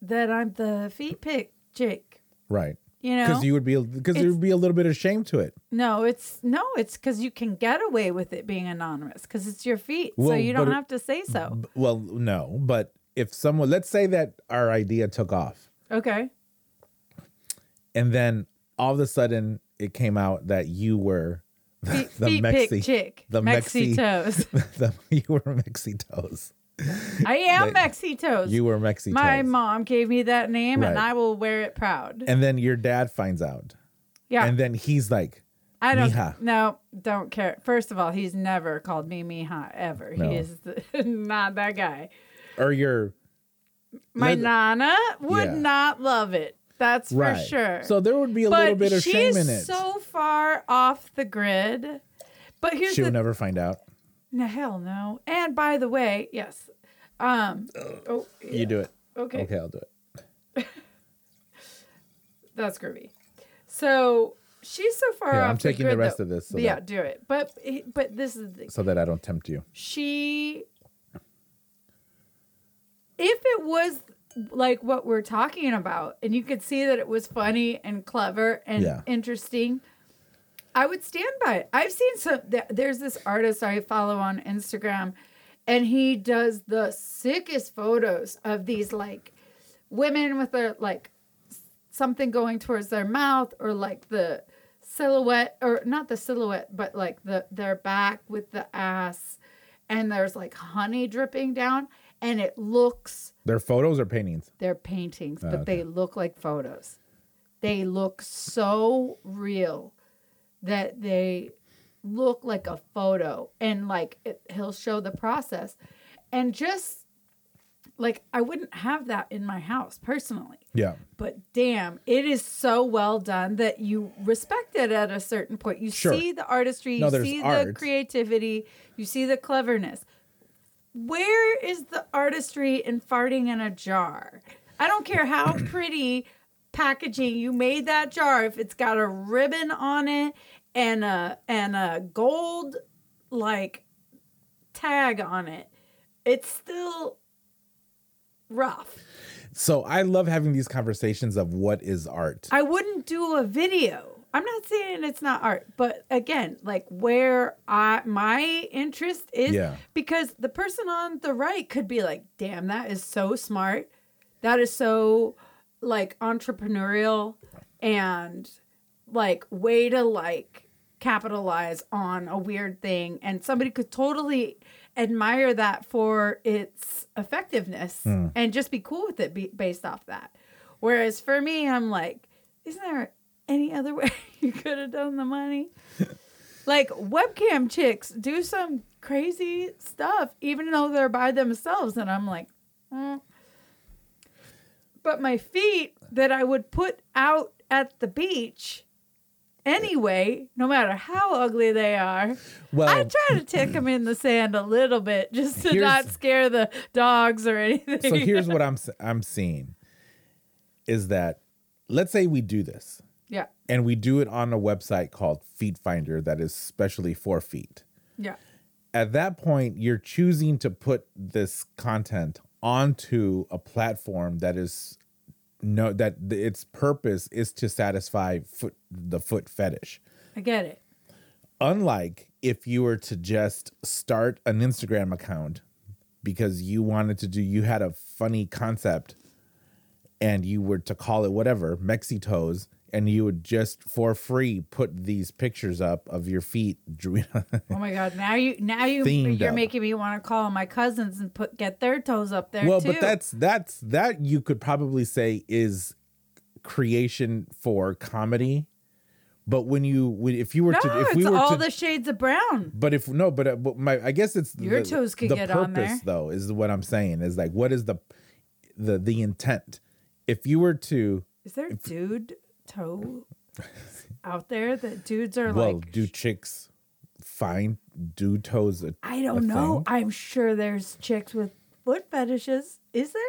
B: that I'm the feet pick chick.
A: right?
B: You know,
A: Because you would be because there
B: It's-
A: would be a little bit of shame to it.
B: no, it's no, it's because you can get away with it being anonymous because it's your feet, so
A: Well,
B: you
A: but
B: don't
A: it-
B: have to say so.
A: B- Well, no, but if someone, let's say that our idea took off,
B: Okay,
A: and then all of a sudden it came out that you were (laughs) the,
B: feet,
A: the
B: feet
A: Mexi,
B: pick chick,
A: the Mexi- (laughs)
B: Mexi toes.
A: the, you were Mexi toes,
B: I am
A: They-
B: Mexi toes.
A: you were Mexi
B: My
A: E toes,
B: mom gave me that name, and
A: Right.
B: I will wear it proud.
A: and then your dad finds out,
B: Yeah,
A: and then he's like,
B: I don't.
A: Mija.
B: No, don't care. First of all, he's never called me Mija ever.
A: No.
B: He is the, (laughs) not that guy.
A: or your
B: My
A: Let-
B: nana would
A: Yeah.
B: not love it. That's for sure.
A: So there would be a
B: but
A: little bit of
B: she's
A: shame in it.
B: so far off the grid. But here's
A: She'll
B: the
A: never find out.
B: no, hell no. And by the way, yes. Um. Oh,
A: You do it.
B: okay.
A: Okay, I'll do it.
B: That's groovy. So she's so far
A: Here,
B: off.
A: I'm taking the
B: grid,
A: rest
B: though.
A: of this so
B: yeah,
A: that-
B: do it. But but this is the,
A: So that I don't tempt you.
B: she. If it was like what we're talking about, and you could see that it was funny and clever and
A: Yeah.
B: interesting, I would stand by it. I've seen some. th- There's this artist I follow on Instagram, and he does the sickest photos of these like women with their like something going towards their mouth or like the silhouette or not the silhouette but like the their back with the ass and there's like honey dripping down and it looks
A: Their photos or paintings?
B: they're paintings
A: Oh,
B: but
A: okay.
B: they look like photos they look so real that they look like a photo and like it, he'll show the process and just like i wouldn't have that in my house personally
A: Yeah.
B: but damn, it is so well done that you respect it at a certain point. You
A: Sure.
B: see the artistry,
A: No,
B: you
A: there's
B: see the
A: art.
B: creativity, you see the cleverness. Where is the artistry in farting in a jar? I don't
A: (clears throat)
B: care how pretty packaging you made that jar if it's got a ribbon on it and a and a gold like tag on it. It's still rough.
A: So I love having these conversations of what is art.
B: I wouldn't do a video. I'm not saying it's not art, but again, like where I my interest is
A: Yeah.
B: because the person on the right could be like, "Damn, that is so smart. That is so like entrepreneurial and like way to like capitalize on a weird thing." And somebody could totally admire that for its effectiveness and just be cool with it be- based off that. Whereas for me, I'm like, isn't there any other (laughs) way you could have done the money? like webcam chicks do some crazy stuff, even though they're by themselves, and I'm like, mm. but my feet that I would put out at the beach anyway, no matter how ugly they are.
A: Well,
B: I try to tick them in the sand a little bit just to
A: Oh. Here's-
B: not scare the dogs or anything.
A: so here's what I'm s- I'm seeing is that let's say we do this
B: yeah,
A: and we do it on a website called Feet Finder that is specially for feet.
B: (laughs) yeah,
A: At that point, you're choosing to put this content onto a platform that is no that th- its purpose is to satisfy foot the foot fetish.
B: I get it.
A: Unlike if you were to just start an Instagram account because you wanted to do, you had a funny concept and you were to call it whatever, Mexi Toes, and you would just for free put these pictures up of your feet. (laughs) dr-
B: Oh my god! Now you, now you,
A: Themed
B: you're
A: up.
B: making me want to call my cousins and put get their toes up there
A: well,
B: too.
A: but that's, that's, that you could probably say is creation for comedy. But when you, when, if you were
B: no,
A: to, if
B: it's
A: we were
B: all
A: to,
B: the shades of brown.
A: But if no, but, uh, but my I guess it's
B: Your
A: the,
B: toes could
A: the
B: get
A: purpose
B: on there.
A: though is what I'm saying is like what is the the the intent? If you were to
B: Is there dude
A: (laughs)
B: toe out there that dudes are
A: well,
B: like?
A: do chicks find do toes? a-
B: I
A: a
B: don't know.
A: thing?
B: I'm sure there's chicks with foot fetishes. Is there?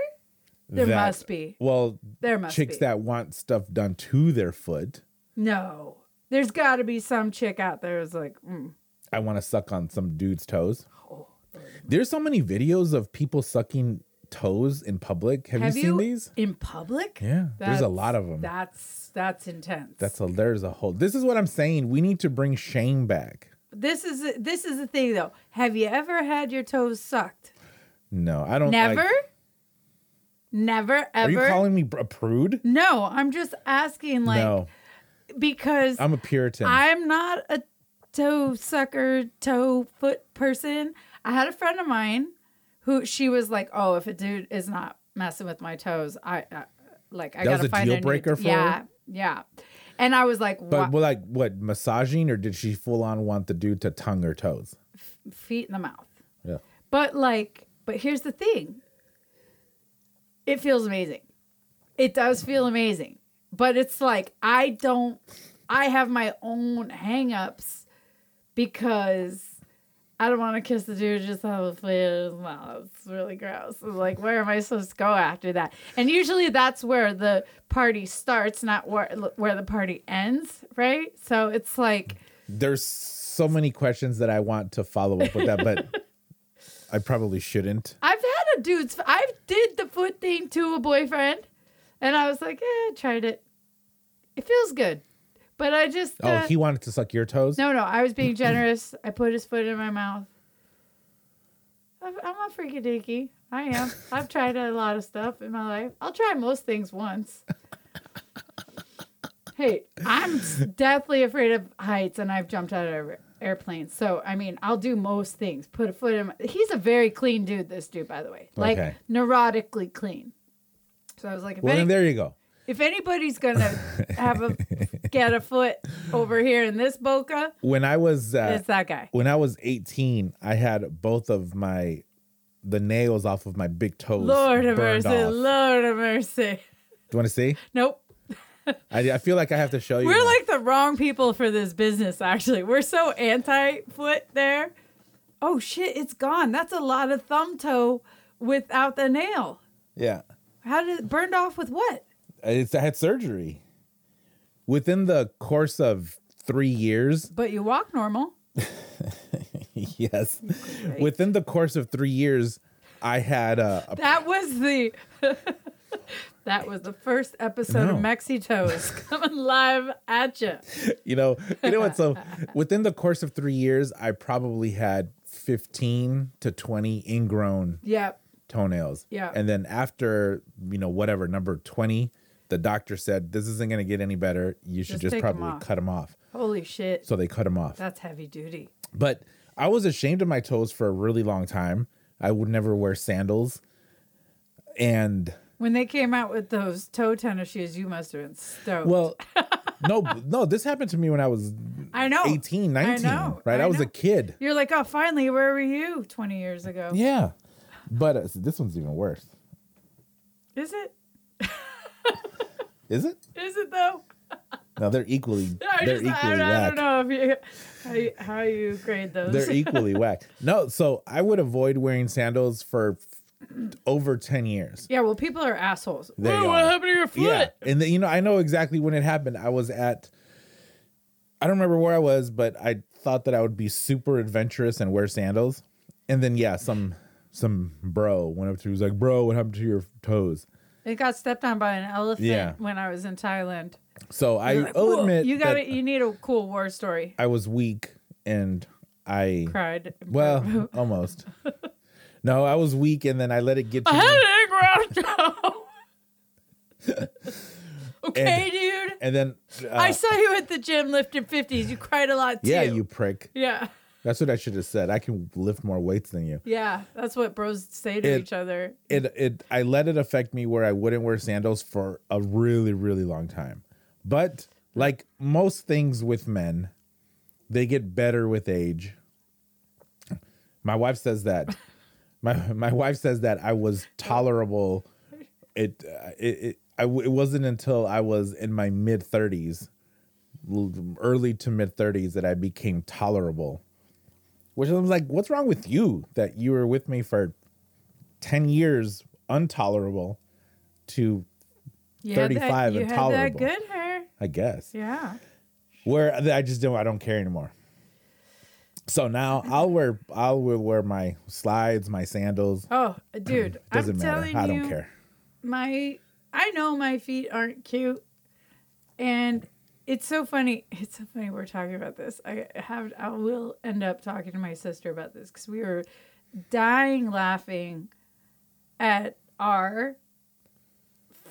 B: There
A: That-
B: must be.
A: Well,
B: There must
A: chicks
B: be.
A: that want stuff done to their foot.
B: No. There's got to be some chick out there who's like, mm.
A: I want to suck on some dude's toes.
B: oh.
A: There's so many videos of people sucking toes in public. Have, you seen these?
B: in public?
A: Yeah, there's a lot of 'em.
B: That's that's intense.
A: That's a there's a whole. This is what I'm saying. We need to bring shame back.
B: this is this is the thing though. Have you ever had your toes sucked?
A: No, I don't. like-
B: Never. Never
A: Are
B: ever.
A: you calling me br- a prude?
B: no, I'm just asking like
A: no,
B: because
A: I'm a Puritan.
B: I'm not a toe sucker, toe foot person. I had a friend of mine who she was like, "Oh, if a dude is not messing with my toes, I, I like I
A: That was
B: gotta
A: a
B: find
A: deal
B: new-
A: breaker for her?
B: yeah, yeah." And I was like,
A: but
B: "What
A: well, like what massaging, or did she full on want the dude to tongue her toes?
B: feet in the mouth?"
A: Yeah.
B: But like, but here's the thing. It feels amazing. It does feel amazing. But it's like I don't I have my own hangups because I don't want to kiss the dude just out of the plate in his mouth. It's really gross. It's like, where am I supposed to go after that? And usually that's where the party starts, not where where the party ends, right? So it's like
A: There's so many questions that I want to follow up with that, but
B: (laughs)
A: I probably shouldn't.
B: I've had a dude's. I did the foot thing to a boyfriend, and I was like, "Yeah, I tried it. It feels good," but I just
A: Oh,
B: uh,
A: he wanted to suck your toes.
B: no, no. I was being generous. I put his foot in my mouth. I'm I'm a freaky dinky. I am. I've tried a lot of stuff in my life. I'll try most things once. hey, I'm s- deathly afraid of heights, and I've jumped out of air- airplanes. So I mean, I'll do most things. Put a foot in. My, he's a very clean dude. This dude, by the way, like
A: Okay.
B: neurotically clean. So I was like, if,
A: well,
B: any-
A: then there you go.
B: if anybody's
A: (laughs)
B: gonna have a get a foot over here in this boca,
A: When I was uh,
B: it's that guy.
A: when I was 18, I had both of my the nails off of my big toes.
B: Lord of
A: burned
B: mercy.
A: off.
B: Lord of mercy.
A: Do you want to see?
B: Nope.
A: I, I feel like I have to show you.
B: We're
A: now.
B: like the wrong people for this business, actually. We're so anti foot there. Oh, shit. It's gone. That's a lot of thumb toe without the nail.
A: yeah.
B: How did it burned off with what?
A: it's, I had surgery. Within the course of three years,
B: But you walk normal.
A: (laughs) yes, within the course of three years, I had uh, a, a
B: That was the. (laughs) That was the first episode of
A: No.
B: Mexi Toes (laughs) coming live at you.
A: you know, you know what?
B: (laughs)
A: So within the course of three years, I probably had fifteen to twenty ingrown
B: Yep.
A: toenails.
B: Yeah.
A: And then after you know whatever number twenty, the doctor said this isn't going to get any better. You should
B: Just
A: just,
B: take 'em
A: probably
B: off."
A: cut them off.
B: Holy shit.
A: So they cut them off.
B: That's heavy duty.
A: But I was ashamed of my toes for a really long time. I would never wear sandals. And
B: When they came out with those toe tennis shoes, you must have been stoked. (laughs)
A: well, no, no, this happened to me when I was
B: Oh, I know.
A: 18, 19,
B: know,
A: right?
B: I
A: I, was a
B: know.
A: kid.
B: You're like, oh, finally, where were you 20 years ago?
A: Yeah. But uh, this one's even worse.
B: Is it?
A: Is it?
B: Is it though?
A: No, they're equally
B: (laughs) I,
A: they're
B: just, I,
A: equally
B: don't- I don't
A: whack.
B: know if you, how, you, how you grade those. (laughs)
A: They're e equally whack. No, so I would avoid wearing sandals for f- over 10 years.
B: yeah, well, people are assholes.
A: They
B: Whoa, what
A: are.
B: happened to your foot?
A: Yeah. And then, you know, I know exactly when it happened. I was at, I don't remember where I was, but I thought that I would be super adventurous and wear sandals. And then, yeah, some, some bro went up to me, was like, bro, what happened to your toes?
B: It got stepped on by an elephant
A: Yeah.
B: when I was in Thailand.
A: So I
B: Like,
A: will
B: "Whoa,
A: admit
B: you got
A: that
B: to You need a cool war story.
A: I was weak and I,
B: Cried.
A: well, almost. No, I was weak and then I let it
B: (laughs)
A: get to
B: (laughs) I
A: me.
B: had an ingrown toe.
A: (laughs)
B: (laughs) okay, dude.
A: And then uh,
B: I saw you at the gym lifting fifties. You cried a lot too.
A: Yeah, you prick.
B: Yeah,
A: That's what I should have said. I can lift more weights than you.
B: yeah. That's what bros say to
A: It-
B: each other.
A: It it I let it affect me where I wouldn't wear sandals for a really really long time. But like most things with men, they get better with age. My wife says that. My my wife says that I was tolerable. It uh, it, it I w- it wasn't until I was in my mid 30s, l- early to mid 30s that I became tolerable. Which I was like, what's wrong with you that you were with me for 10 years untolerable to
B: You had that-
A: 35
B: you
A: and
B: had
A: tolerable.
B: that good hair.
A: I guess.
B: Yeah.
A: Where I just don't I don't care anymore. So now I'll wear I'll wear my slides, my sandals.
B: Oh, dude.
A: Doesn't
B: I'm
A: matter.
B: telling
A: I don't
B: you,
A: care.
B: my I know my feet aren't cute, and it's so funny. It's so funny we're talking about this. I have I will end up talking to my sister about this because we were dying laughing at our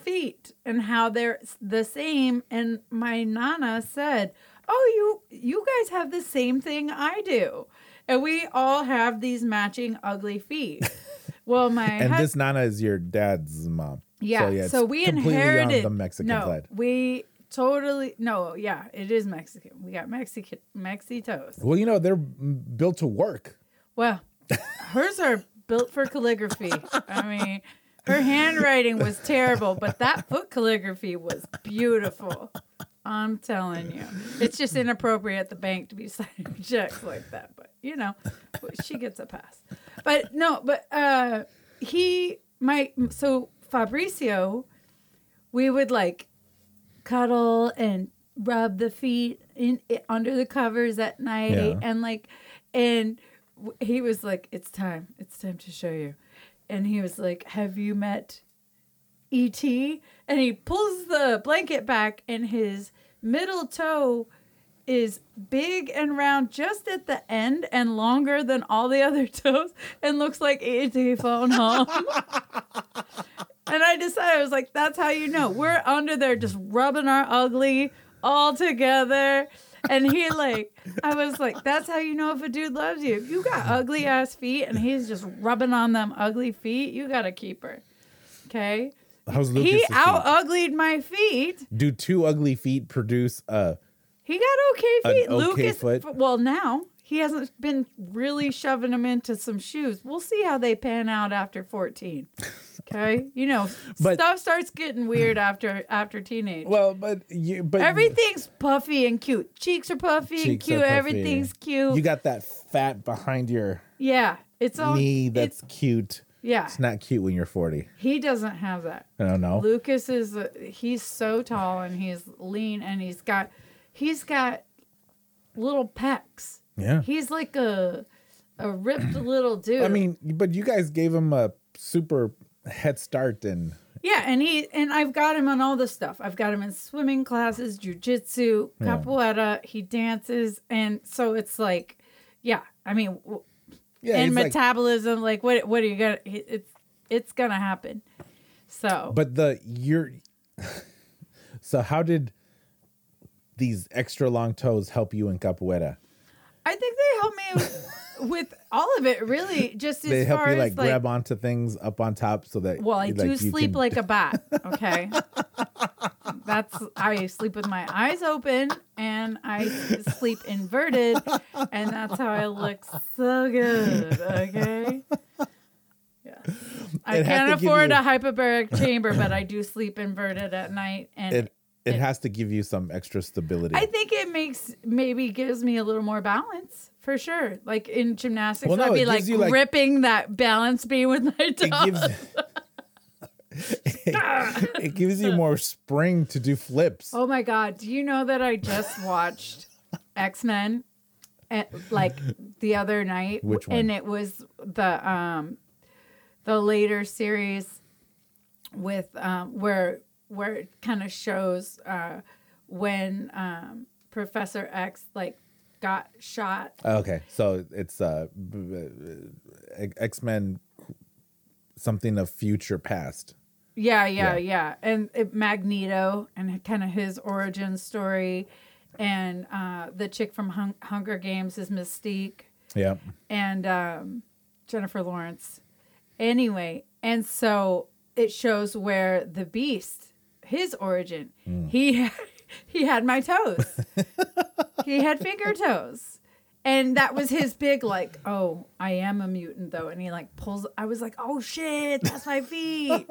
B: feet and how they're s- the same. And my nana said, "Oh, you you guys have the same thing I do." And we all have these matching ugly feet. Well, my
A: And
B: hus-
A: this Nana is your dad's mom.
B: yeah. So,
A: it's
B: we
A: completely
B: inherited
A: on the Mexican
B: no,
A: side.
B: We totally no. Yeah, it is Mexican. We got Mexican Mexitos.
A: Well, you know they're mm, built to work. (laughs)
B: Well, hers are built for calligraphy. I mean, her handwriting was terrible, but that foot calligraphy was beautiful. I'm telling you, it's just inappropriate at the bank to be (laughs) signing checks like that. But you know, she gets a pass. But no, but uh, he, my, so Fabricio, we would like cuddle and rub the feet in under the covers at night
A: Yeah.
B: and like and w- he was like it's time it's time to show you and he was like have you met et and he pulls the blanket back and his middle toe is big and round just at the end and longer than all the other (laughs) toes and looks like et phone home and I decided, I was like, that's how you know. We're under there just rubbing our ugly all together. And he, like, I was like, that's how you know if a dude loves you. If you got ugly ass feet and he's just rubbing on them ugly feet, you got to keep her. Okay.
A: How's Lucas?
B: He out uglied my feet.
A: Do two ugly feet produce a?
B: He got okay
A: An
B: feet.
A: okay
B: Lucas,
A: foot.
B: well, now he hasn't been really shoving them into some shoes. We'll see how they pan out after
A: (laughs)
B: 14. Okay, you know,
A: But-
B: stuff starts getting weird after after teenage.
A: Well, but you but
B: Everything's puffy and cute. Cheeks are puffy and
A: Cheeks are
B: cute.
A: puffy.
B: Everything's cute.
A: you got that fat behind your
B: yeah, it's all
A: knee. That's
B: it's,
A: cute.
B: yeah.
A: It's not cute when you're 40.
B: He doesn't have that.
A: I don't know.
B: Lucas is uh, he's so tall and he's lean and he's got he's got little pecs.
A: Yeah.
B: He's like a
A: (clears throat)
B: a ripped little dude.
A: I mean, but you guys gave him a super head start and
B: yeah, and he and I've got him on all this stuff. I've got him in swimming classes, jujitsu,
A: Yeah.
B: capoeira. He dances, and so it's like, yeah. I mean, w-
A: yeah,
B: and
A: he's like-
B: metabolism, like, what what are you gonna? he- It's it's gonna happen. So
A: but the you're (laughs) so how did these extra long toes help you in capoeira?
B: I think they help me with,
A: (laughs)
B: with all of it. Really, just as
A: They help
B: far
A: you like,
B: as
A: grab onto things up on top so that
B: Well, I
A: like,
B: do
A: you can- (laughs)
B: sleep like a bat. Okay. That's I sleep with my eyes open and I sleep inverted and that's how I look so good. Okay. Yes. I
A: It'd have
B: can't
A: to give
B: afford
A: you-
B: a hyperbaric chamber, but I do sleep inverted at night and
A: It- it has to give you some extra stability.
B: I think it makes maybe gives me a little more balance for sure. Like in gymnastics,
A: Well, no,
B: I'd
A: it
B: be
A: gives
B: like
A: you, like-
B: gripping that balance beam with my
A: it
B: toes. (laughs)
A: gives (laughs) it, it gives you more spring to do flips.
B: Oh my God. Do you know that I
A: (laughs)
B: just watched X Men like the other night?
A: Which
B: And
A: one?
B: it was the um the later series with um where where it kind of shows uh when um Professor X like got shot
A: Okay, so it's uh X Men something of future past.
B: Yeah, yeah,
A: Yeah.
B: yeah. And it, Magneto and kind of his origin story. And uh, the chick from Hun- Hunger Games is Mystique
A: Yeah,
B: and um, Jennifer Lawrence. Anyway, and so it shows where the beast, his origin, he (laughs) he had my toes. he had finger toes. And that was his big like, oh, I am a mutant though. And he like pulls I was like, oh shit, that's my feet.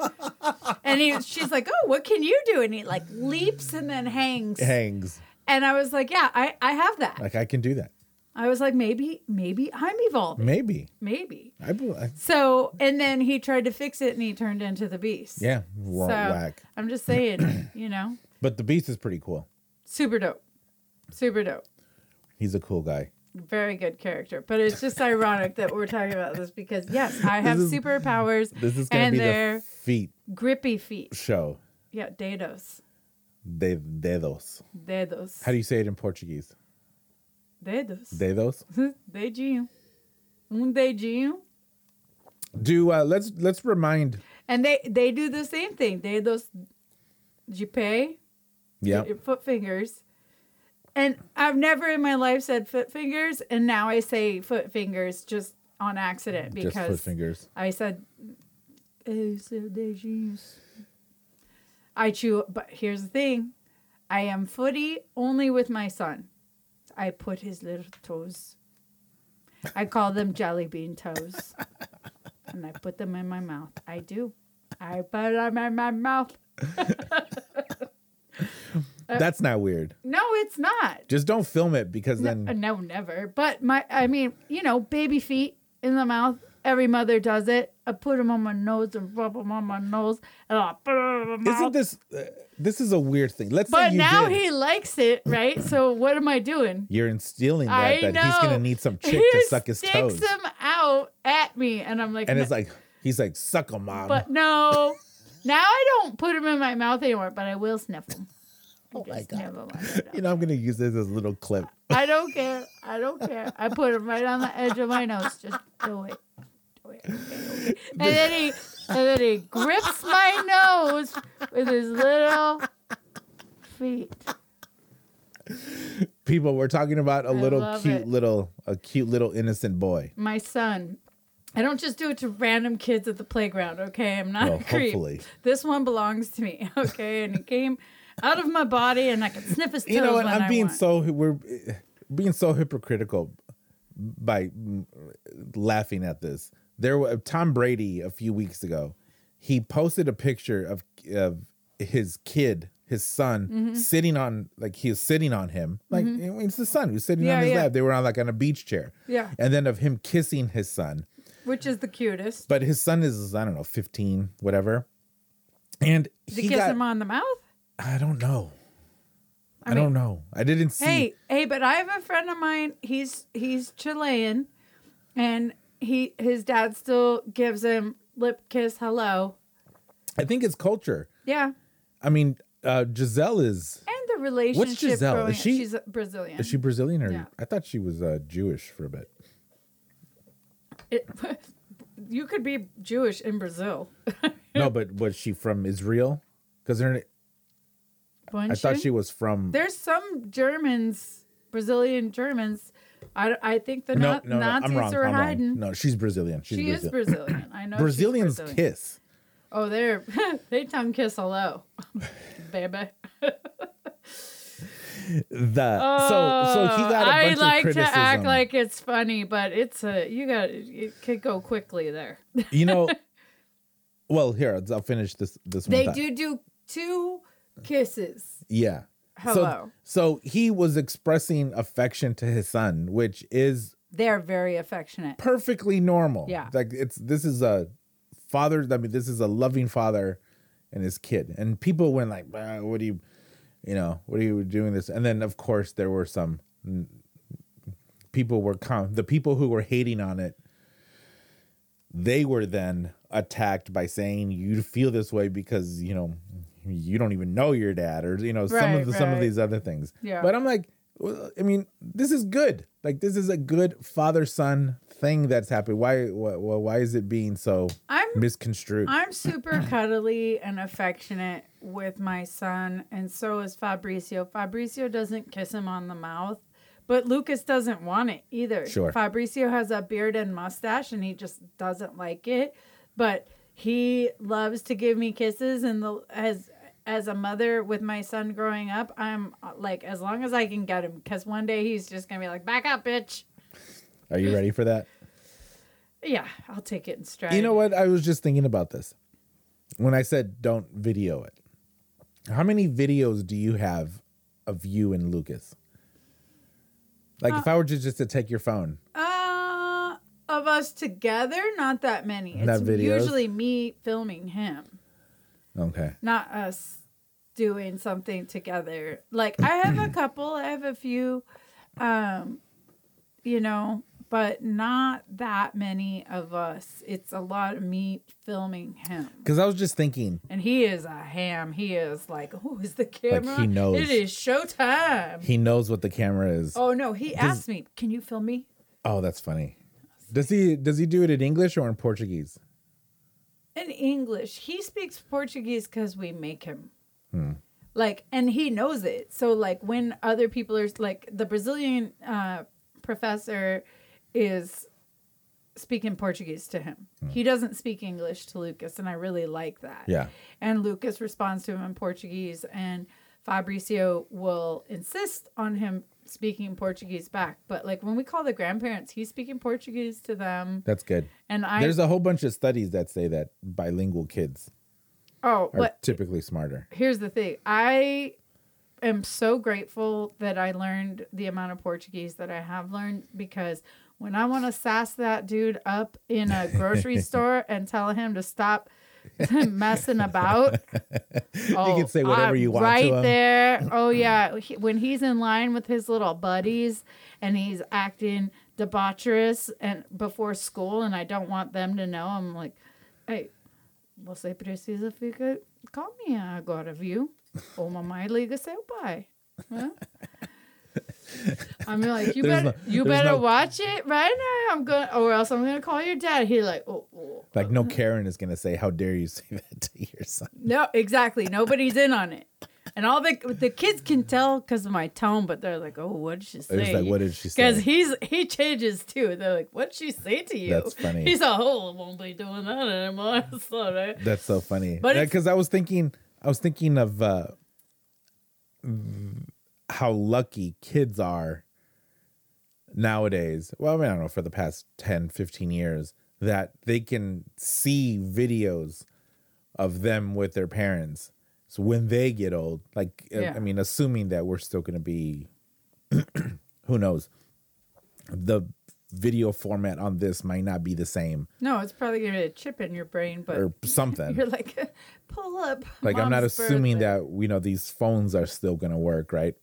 B: and he she's like, oh, what can you do? And he like leaps and then hangs.
A: it hangs
B: And I was like, yeah, I, I have that.
A: like I can do that.
B: I was like, maybe, maybe I'm evolving.
A: Maybe
B: Maybe.
A: I, bel- I
B: So, and then he tried to fix it and he turned into the beast.
A: yeah wrong
B: So,
A: whack.
B: I'm
A: (clears throat)
B: just saying, you know,
A: But the Beast is pretty cool.
B: super dope. Super dope.
A: He's a cool guy.
B: Very good character. But it's just ironic that we're talking about this because,
A: (laughs)
B: yes, I have
A: is-
B: superpowers
A: This is gonna
B: and
A: be
B: they're
A: the feet
B: grippy feet.
A: show.
B: Yeah, dedos.
A: De dedos.
B: Dedos.
A: How do you say it in Portuguese?
B: Dedos.
A: Dedos.
B: (laughs) Dedinho. Um dedinho.
A: Do uh, let's let's remind.
B: And they, they do the same thing. Dedos de pé.
A: Yeah,
B: your foot fingers. And I've never in my life said foot fingers, and now I say foot fingers just on accident
A: just foot
B: because
A: fingers.
B: I said. "Eh, so they choose." I chew, but here's the thing: I am footy only with my son. I put his little toes. I call them jelly bean toes, and I put them in my mouth. I do. I put them in my mouth. uh,
A: That's not weird.
B: No, it's not.
A: Just don't film it because
B: No, uh,
A: then
B: no, never. But my, I mean, you know, baby feet in the mouth. Every mother does it. I put them on my nose and rub them on my nose, and I put 'em in my
A: isn't
B: mouth.
A: this uh, this is a weird thing? Let's
B: But
A: say you
B: now
A: did.
B: he likes it, right? So what am I doing?
A: You're instilling that
B: I
A: that he's gonna
B: know.
A: need
B: (laughs)
A: some (laughs) chick
B: he
A: to suck his
B: sticks
A: toes,
B: them out at me, and I'm like,
A: and it's
B: "No."
A: like he's like suck 'em, mom.
B: but no. now I don't put them in my mouth anymore, but I will sniff
A: (laughs)
B: them. Oh
A: my God.
B: God.
A: (laughs) you know I'm gonna use this as a little clip.
B: I don't care. I don't care. I put him right on the edge of my nose. Just do it. Do it. Okay, okay. And then he and then he grips my nose with his little feet.
A: People, we're talking about a little
B: love
A: cute
B: it.
A: little a cute little innocent boy.
B: My son. I don't just do it to random kids at the playground, okay? I'm not
A: Well,
B: a creep.
A: hopefully.
B: This one belongs to me, (laughs) okay? And he came out of my body and I could sniff his toes.
A: You know what?
B: when
A: I'm
B: I
A: being
B: want.
A: so we're eh, being so hypocritical by mm, laughing at this. There, wa- Tom Brady a few weeks ago, he posted a picture of of his kid, his son,
B: Mm-hmm.
A: sitting on like he was sitting on him, like it's the son who's sitting
B: Yeah,
A: on his
B: yeah.
A: lap. They were on like on a beach chair,
B: Yeah.
A: and then of him kissing his son
B: Which is the cutest.
A: but his son is I don't know 15 whatever and
B: Did he,
A: he
B: kiss
A: got
B: him on the mouth?
A: I don't know I,
B: I mean-
A: don't know I didn't see
B: Hey, hey, but I have a friend of mine. He's he's Chilean, and he his dad still gives him lip kiss hello.
A: I think it's culture
B: Yeah, and
A: I mean uh Giselle is
B: the relationship.
A: Giselle?
B: Growing,
A: Is she-
B: she's Brazilian.
A: is she Brazilian or
B: Yeah.
A: I thought she was uh Jewish for a
B: (laughs)
A: bit
B: It- (laughs) you could be Jewish in Brazil.
A: no but was she from Israel because her
B: wouldn't
A: I thought
B: you?
A: she was from
B: There's some Germans, Brazilian Germans. I, I think the
A: no
B: Na-
A: no, no
B: Nazis
A: I'm wrong
B: are
A: I'm
B: hiding.
A: wrong no she's Brazilian she's
B: she
A: Brazilian.
B: is Brazilian. I know she's
A: Brazilians
B: Brazilian.
A: kiss
B: Oh, they're (laughs) they tongue kiss hello, (laughs) baby.
A: the so so he got a bunch
B: Oh, I like
A: of criticism
B: to act like it's funny, but it's a you got it could go quickly there. (laughs)
A: you know well here I'll finish this this one
B: They
A: time.
B: do do two kisses.
A: Yeah.
B: Hello.
A: So, so he was expressing affection to his son, which is
B: They're very affectionate.
A: perfectly normal.
B: Yeah.
A: Like it's this is a father. I mean, this is a loving father and his kid. And people went like, "Ah, "What do you, you know, what are you doing this?" And then of course there were some mm, people were com- the people who were hating on it. They were then attacked by saying you feel this way because you know you don't even know your dad or you know some
B: Right,
A: of the, some of
B: right.
A: these other things.
B: Yeah.
A: But I'm like, well, I mean, this is good. Like this is a good father son thing that's happening. Why, why why is it being so
B: I'm
A: misconstrued?
B: I'm super cuddly and affectionate with my son, and so is Fabricio. Fabricio doesn't kiss him on the mouth, but Lucas doesn't want it either.
A: Sure.
B: Fabricio has a beard and mustache, and he just doesn't like it. But he loves to give me kisses, and the as as a mother with my son growing up, I'm uh, like as long as I can get him, because one day he's just gonna be like, "Back up, bitch."
A: Are you ready for that?
B: Yeah, I'll take it in stride.
A: You know what? I was just thinking about this when I said don't video it. How many videos do you have of you and Lucas? Like if I were to just to take your phone,
B: Uh, of us together, not that many. It's
A: Not videos?
B: usually me filming him,
A: okay,
B: not us doing something together. Like I
A: (clears throat)
B: have a couple, I have a few, um, you know, but not that many of us. It's a lot of me filming him.
A: because I was just thinking
B: And he is a ham. He is like, oh, is the camera?
A: he knows.
B: It is showtime.
A: he knows what the camera is. Oh,
B: Oh, no. He asked me, can you film me?
A: that's funny. Does he does he do it in English or in Portuguese?
B: in English. He speaks Portuguese because we make him.
A: Hmm.
B: Like, and he knows it. So, like, when other people are like, the Brazilian uh, professor is speaking Portuguese to him. He doesn't speak English to Lucas, and I really like that.
A: Hmm. Yeah.
B: And Lucas responds to him in Portuguese, and Fabricio will insist on him speaking Portuguese back. But, like, when we call the grandparents, he's speaking Portuguese to them.
A: That's good.
B: And I,
A: There's a whole bunch of studies that say that bilingual kids
B: oh,
A: are
B: but
A: typically smarter.
B: here's the thing i am so grateful that i learned the amount of portuguese that i have learned because when i want to sass that dude up in a
A: (laughs)
B: grocery store and tell him to stop (laughs)
A: (laughs)
B: messing about oh,
A: can say whatever
B: I'm
A: you want to
B: right
A: him. (laughs)
B: there oh yeah He- when he's in line with his little buddies and he's acting debaucherous and before school and i don't want them to know i'm like hey você precisa ficar calminha agora, viu? Ou mamãe liga seu pai. Huh? I'm like, you
A: There's
B: better,
A: no-
B: you
A: there's
B: better
A: no-
B: watch it right now. I'm going, or else I'm gonna call your dad. He like, oh, oh.
A: Like no Karen is gonna say, "How dare you say (laughs) that to your son?"
B: no, exactly. Nobody's in on it, and all the the kids can tell because of my tone. But they're like, oh, what did she say?
A: It's like, what did she say?
B: Because he's he changes too. They're like, "What'd she say to you?"
A: That's funny.
B: He's like, "Oh, I won't be doing that anymore." (laughs) It's all
A: (laughs)
B: right.
A: That's so funny.
B: But it's-
A: Because I was thinking, I was thinking of uh, mm, how lucky kids are nowadays. Well, I mean, I don't know, for the past 10, 15 years, that they can see videos of them with their parents. So when they get old, like, uh, I-
B: Yeah.
A: I mean, assuming that we're still going to be, (clears throat) who knows, the video format on this might not be the same
B: No, it's probably gonna be a chip in your brain, but
A: or something.
B: (laughs) You're like, pull up.
A: like i'm not
B: mom's
A: assuming
B: birthday."
A: that you know these phones are still gonna work right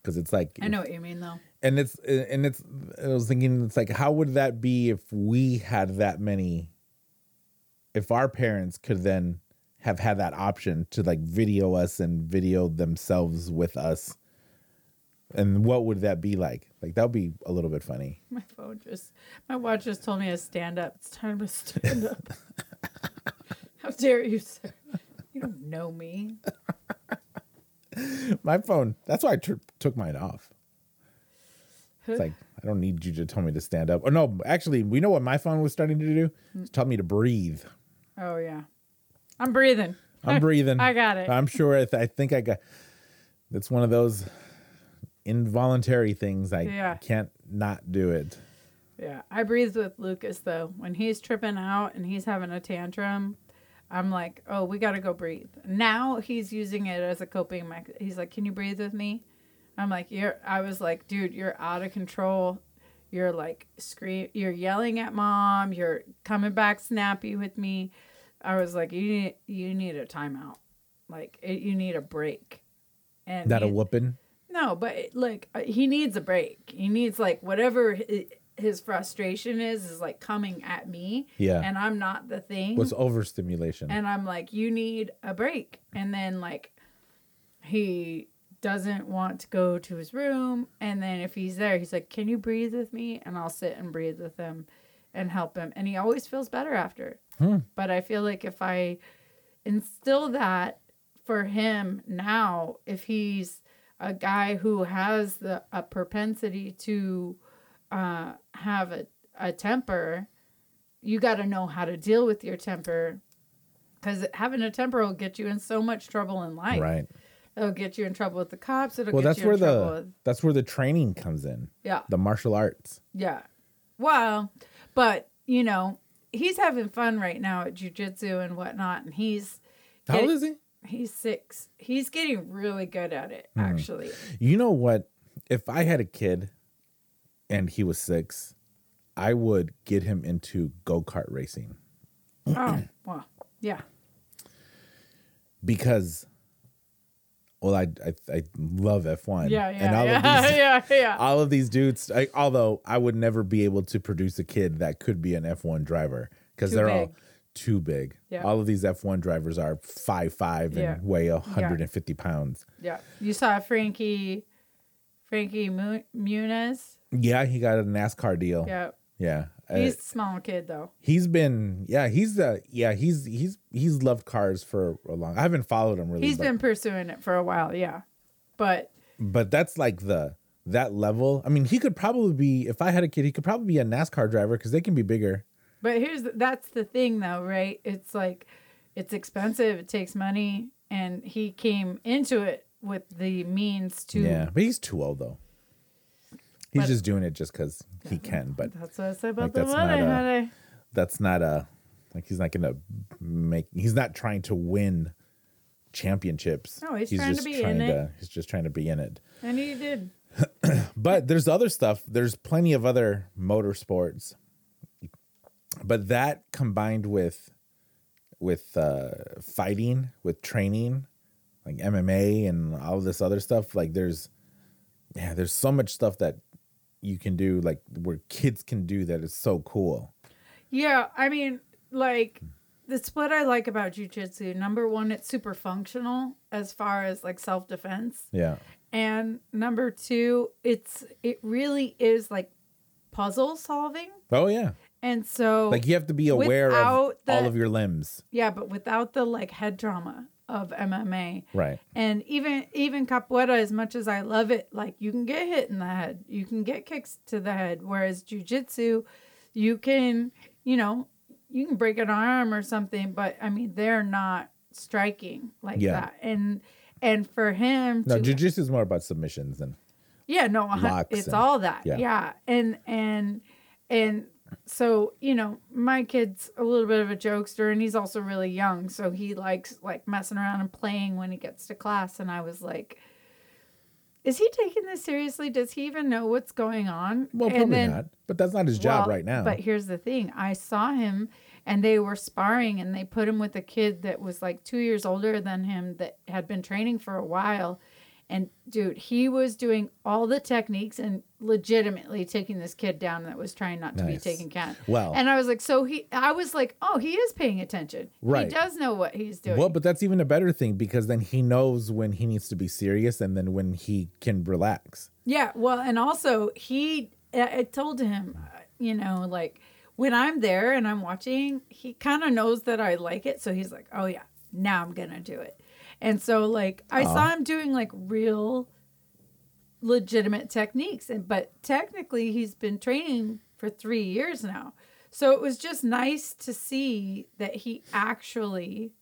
A: because it's like
B: I know what you mean, though. (laughs)
A: and it's and it's i was thinking it's like how would that be if we had that many if our parents could then have had that option to like video us and video themselves with us and what would that be like like that would be a little bit funny
B: My phone just, my watch just told me to stand up. It's time to
A: (laughs)
B: stand up. How dare you, sir? You don't know me.
A: my phone that's why i tur- took mine off It's like I don't need you to tell me to stand up. Oh no, actually, we know what my phone was starting to do. It's tell me to breathe.
B: oh yeah, I'm breathing.
A: I'm breathing.
B: I got it.
A: I'm sure. I, th- I think I got. It's one of those involuntary things. I
B: Yeah.
A: can't not do it.
B: Yeah, I breathe with Lucas though. When he's tripping out and he's having a tantrum, I'm like, oh, we got to go breathe. Now he's using it as a coping mechanism. He's like, can you breathe with me? I'm like, you're, I was like, dude, you're out of control. You're like, scream, you're yelling at mom. You're coming back snappy with me. I was like, you need, you need a timeout. Like, it, you need a break. And
A: That a
B: he-
A: whooping?
B: no, but like uh, he needs a break. He needs like whatever hi- his frustration is is like coming at me,
A: Yeah.
B: and I'm not the thing.
A: was overstimulation.
B: and I'm like, you need a break. And then like he doesn't want to go to his room. And then if he's there, he's like, can you breathe with me? And I'll sit and breathe with him and help him. And he always feels better after.
A: Hmm.
B: But I feel like if I instill that for him now, if he's a guy who has the a propensity to uh, have a, a temper, you got to know how to deal with your temper because having a temper will get you in so much trouble in life.
A: right.
B: It'll get you in trouble with the cops. It'll
A: Well,
B: get
A: that's
B: you in
A: where
B: trouble
A: the
B: with,
A: that's where the training comes in.
B: yeah,
A: The martial arts.
B: yeah. Well, but you know, he's having fun right now at jujitsu and whatnot, and he's
A: How
B: Get-
A: old is he?
B: he's six. He's getting really good at it,
A: Mhm.
B: actually.
A: You know what? If I had a kid and he was six, I would get him into go kart racing (clears throat)
B: oh, well, yeah,
A: because, well, I I, I love F one.
B: yeah,
A: And
B: yeah,
A: all
B: yeah,
A: of
B: (laughs)
A: these,
B: yeah, yeah.
A: all of these dudes. I, although I would never be able to produce a kid that could be an F one driver because
B: Too
A: they're
B: big.
A: all too big.
B: Yeah.
A: All of these F one drivers are five five and
B: Yeah.
A: weigh hundred and fifty pounds.
B: Yeah, you saw Frankie, Frankie Mu- Muniz.
A: Yeah, he got a NASCAR deal.
B: Yeah,
A: Yeah. Uh,
B: he's a small kid though.
A: he's been yeah, he's the yeah, he's he's he's loved cars for a long. I haven't followed him really.
B: He's
A: but,
B: been pursuing it for a while. Yeah, but
A: but that's like the that level. I mean, he could probably be if I had a kid, he could probably be a NASCAR driver cuz they can be bigger.
B: but here's the, that's the thing though, right? It's like it's expensive. It takes money, and he came into it with the means to.
A: Yeah, but he's too old though. He's
B: But-
A: just doing it just cuz he can, but
B: That's what I said about
A: Like,
B: the
A: that's not
B: money.
A: a-
B: honey.
A: that's not a like he's not going to make he's not trying to win championships.
B: No, he's trying to
A: just
B: be in it.
A: to, He's just trying to be in it.
B: and he did.
A: But there's other stuff. There's plenty of other motorsports, but that combined with with uh, fighting, with training, like MMA and all this other stuff. Like there's yeah, there's so much stuff that you can do, like where kids can do that is so cool.
B: Yeah, I mean, like that's what I like about jujitsu. Number one, it's super functional as far as like self defense,
A: Yeah,
B: and number two, it's it really is like puzzle solving,
A: oh yeah,
B: and so
A: like you have to be aware of
B: Without the-
A: all of your limbs,
B: yeah, but without the like head trauma of MMA.
A: right?
B: And even even capoeira, as much as I love it, like you can get hit in the head, you can get kicks to the head. Whereas jujitsu, you can, you know, you can break an arm or something, but I mean they're not striking like
A: Yeah.
B: that. And and for him,
A: No,
B: to,
A: jujitsu is more about submissions than
B: yeah, no, a hun-
A: locks
B: it's
A: and-
B: all that, yeah.
A: yeah.
B: And and and so you know, my kid's a little bit of a jokester, and he's also really young, so he likes like messing around and playing when he gets to class. And I was like, is he taking this seriously? Does he even know what's going on?
A: well,
B: And
A: probably
B: then-
A: not. But that's not his job
B: well,
A: right now.
B: But here's the thing: I saw him, and they were sparring, and they put him with a kid that was like two years older than him that had been training for a while. And dude, he was doing all the techniques and legitimately taking this kid down that was trying not to be
A: Nice.
B: taken count.
A: Well-
B: and I was like, so he, I was like, oh, he is paying attention.
A: Right.
B: He does know what he's doing.
A: Well, but that's even a better thing because then he knows when he needs to be serious and then when he can relax.
B: Yeah, well, and also he, I I told him, uh, you know, like when I'm there and I'm watching, he kind of knows that I like it, so he's like, "Oh yeah, now I'm gonna do it." And so, like, I saw him doing like real, legitimate techniques, and but technically, he's been training for three years now, so it was just nice to see that he actually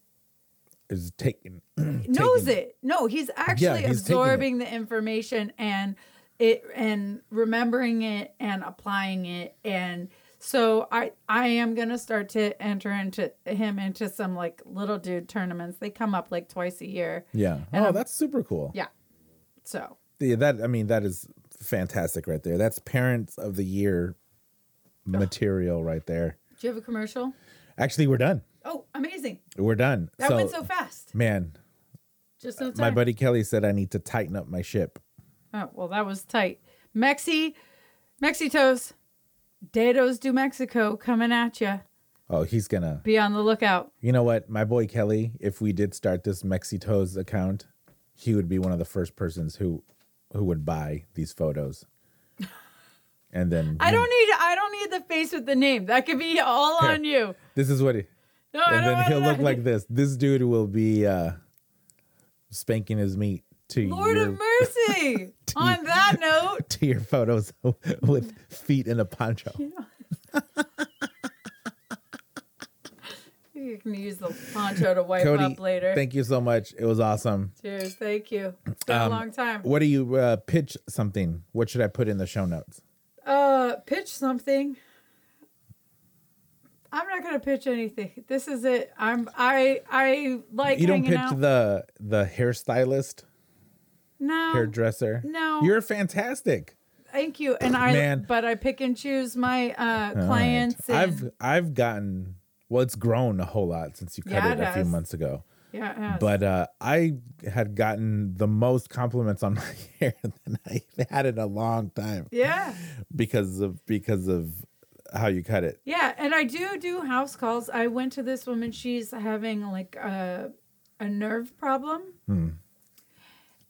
A: Is taking (clears throat)
B: knows
A: taking-
B: it. No, he's actually
A: he's taking it.
B: absorbing the information and it and remembering it and applying it and So I I am gonna start to enter into him into some like little dude tournaments. They come up like twice a year.
A: Yeah.
B: And
A: oh,
B: I'm-
A: that's super cool.
B: Yeah. So
A: Yeah, that I mean that is fantastic right there. That's parents of the year material right there.
B: do you have a commercial?
A: Actually, we're done.
B: Oh, amazing!
A: We're done.
B: That went so fast.
A: man,
B: Just in
A: uh, my
B: time.
A: buddy Kelly said I need to tighten up my ship.
B: oh well, that was tight. Mexi, Mexitos, Dados do Mexico coming at you.
A: Oh, he's gonna.
B: Be on the lookout.
A: You know what, my boy Kelly. If we did start this Mexitos account, he would be one of the first persons who who would buy these
B: (laughs)
A: photos. And then
B: I don't need I don't need the face with the name. That could be all
A: Here.
B: on you.
A: This is what. He,
B: No, I
A: and
B: don't
A: then
B: want
A: he'll
B: that. (laughs)
A: look like this. This dude will be uh spanking his meat to
B: Lord
A: your
B: of Mercy. on that
A: (laughs)
B: note.
A: to your photos (laughs) with feet in a poncho.
B: You can use the poncho to wipe
A: Cody,
B: up later.
A: thank you so much. It was awesome.
B: Cheers. Thank you. It's been
A: Um,
B: a long time.
A: What do you uh, pitch something? What should I put in the show notes?
B: Uh, pitch something. I'm not gonna pitch anything. This is it. I'm I I like
A: you don't
B: hanging
A: pitch
B: out.
A: the the hairstylist,
B: no,
A: hairdresser.
B: Oh, no.
A: You're fantastic.
B: thank you. And I
A: Man.
B: but I pick and choose my uh
A: All right.
B: clients. and-
A: I've I've gotten well, it's grown a whole lot since you cut
B: Yeah,
A: it
B: it
A: a few
B: has.
A: months ago.
B: yeah, it has.
A: But uh, I had gotten the most compliments on (laughs) my hair than I had in a long time
B: yeah.
A: because of because of how you cut it.
B: Yeah, and I do do house calls. I went to this woman. She's having like uh, a a nerve problem,
A: Hmm.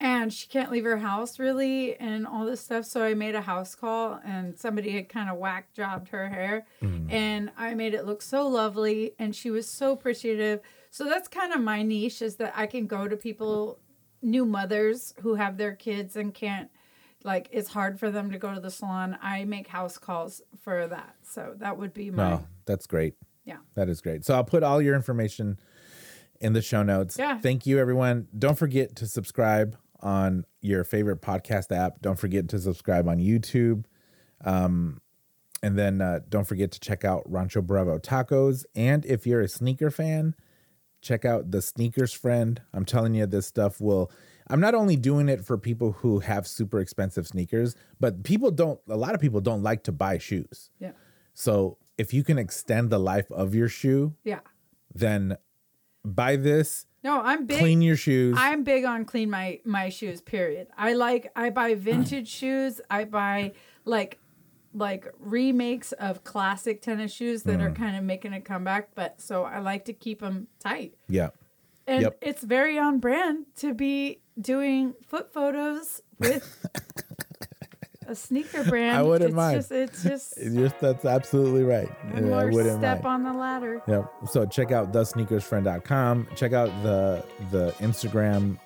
B: and she can't leave her house really, and all this stuff. So I made a house call, and somebody had kind of whack jobbed her hair,
A: Hmm.
B: and I made it look so lovely, and she was so appreciative. So that's kind of my niche is that I can go to people, new mothers who have their kids and can't like it's hard for them to go to the salon. I make house calls for that. So that would be my
A: No, that's great.
B: yeah.
A: That is great. So I'll put all your information in the show notes.
B: Yeah.
A: Thank you, everyone. Don't forget to subscribe on your favorite podcast app. Don't forget to subscribe on YouTube. Um, and then uh, don't forget to check out Rancho Bravo Tacos. And if you're a sneaker fan, check out the Sneakers Friend. I'm telling you, this stuff will. I'm not only doing it for people who have super expensive sneakers, but people don't, a lot of people don't like to buy shoes.
B: Yeah.
A: So if you can extend the life of your shoe,
B: Yeah.
A: then buy this,
B: No, I'm big
A: clean your shoes.
B: I'm big on clean my my shoes, period. I like I
A: (clears throat)
B: buy vintage shoes. I buy like like remakes of classic tennis shoes that
A: Mm.
B: are kind of making a comeback, but so I like to keep them tight.
A: yeah.
B: And
A: Yep.
B: it's very on brand to be doing foot photos
A: (laughs)
B: with a sneaker brand.
A: I wouldn't
B: it's
A: mind.
B: Just,
A: (laughs)
B: it's just
A: It's just- that's absolutely right.
B: one
A: Yeah, I
B: more
A: wouldn't
B: step
A: mind.
B: on the ladder.
A: Yep. So check out thesneakersfriend.com. Check out the the Instagram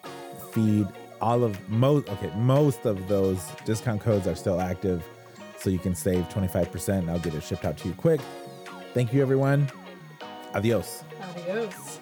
A: feed. All of most okay, most of those discount codes are still active, so you can save 25% and I'll get it shipped out to you quick. Thank you everyone. Adios.
B: Adios.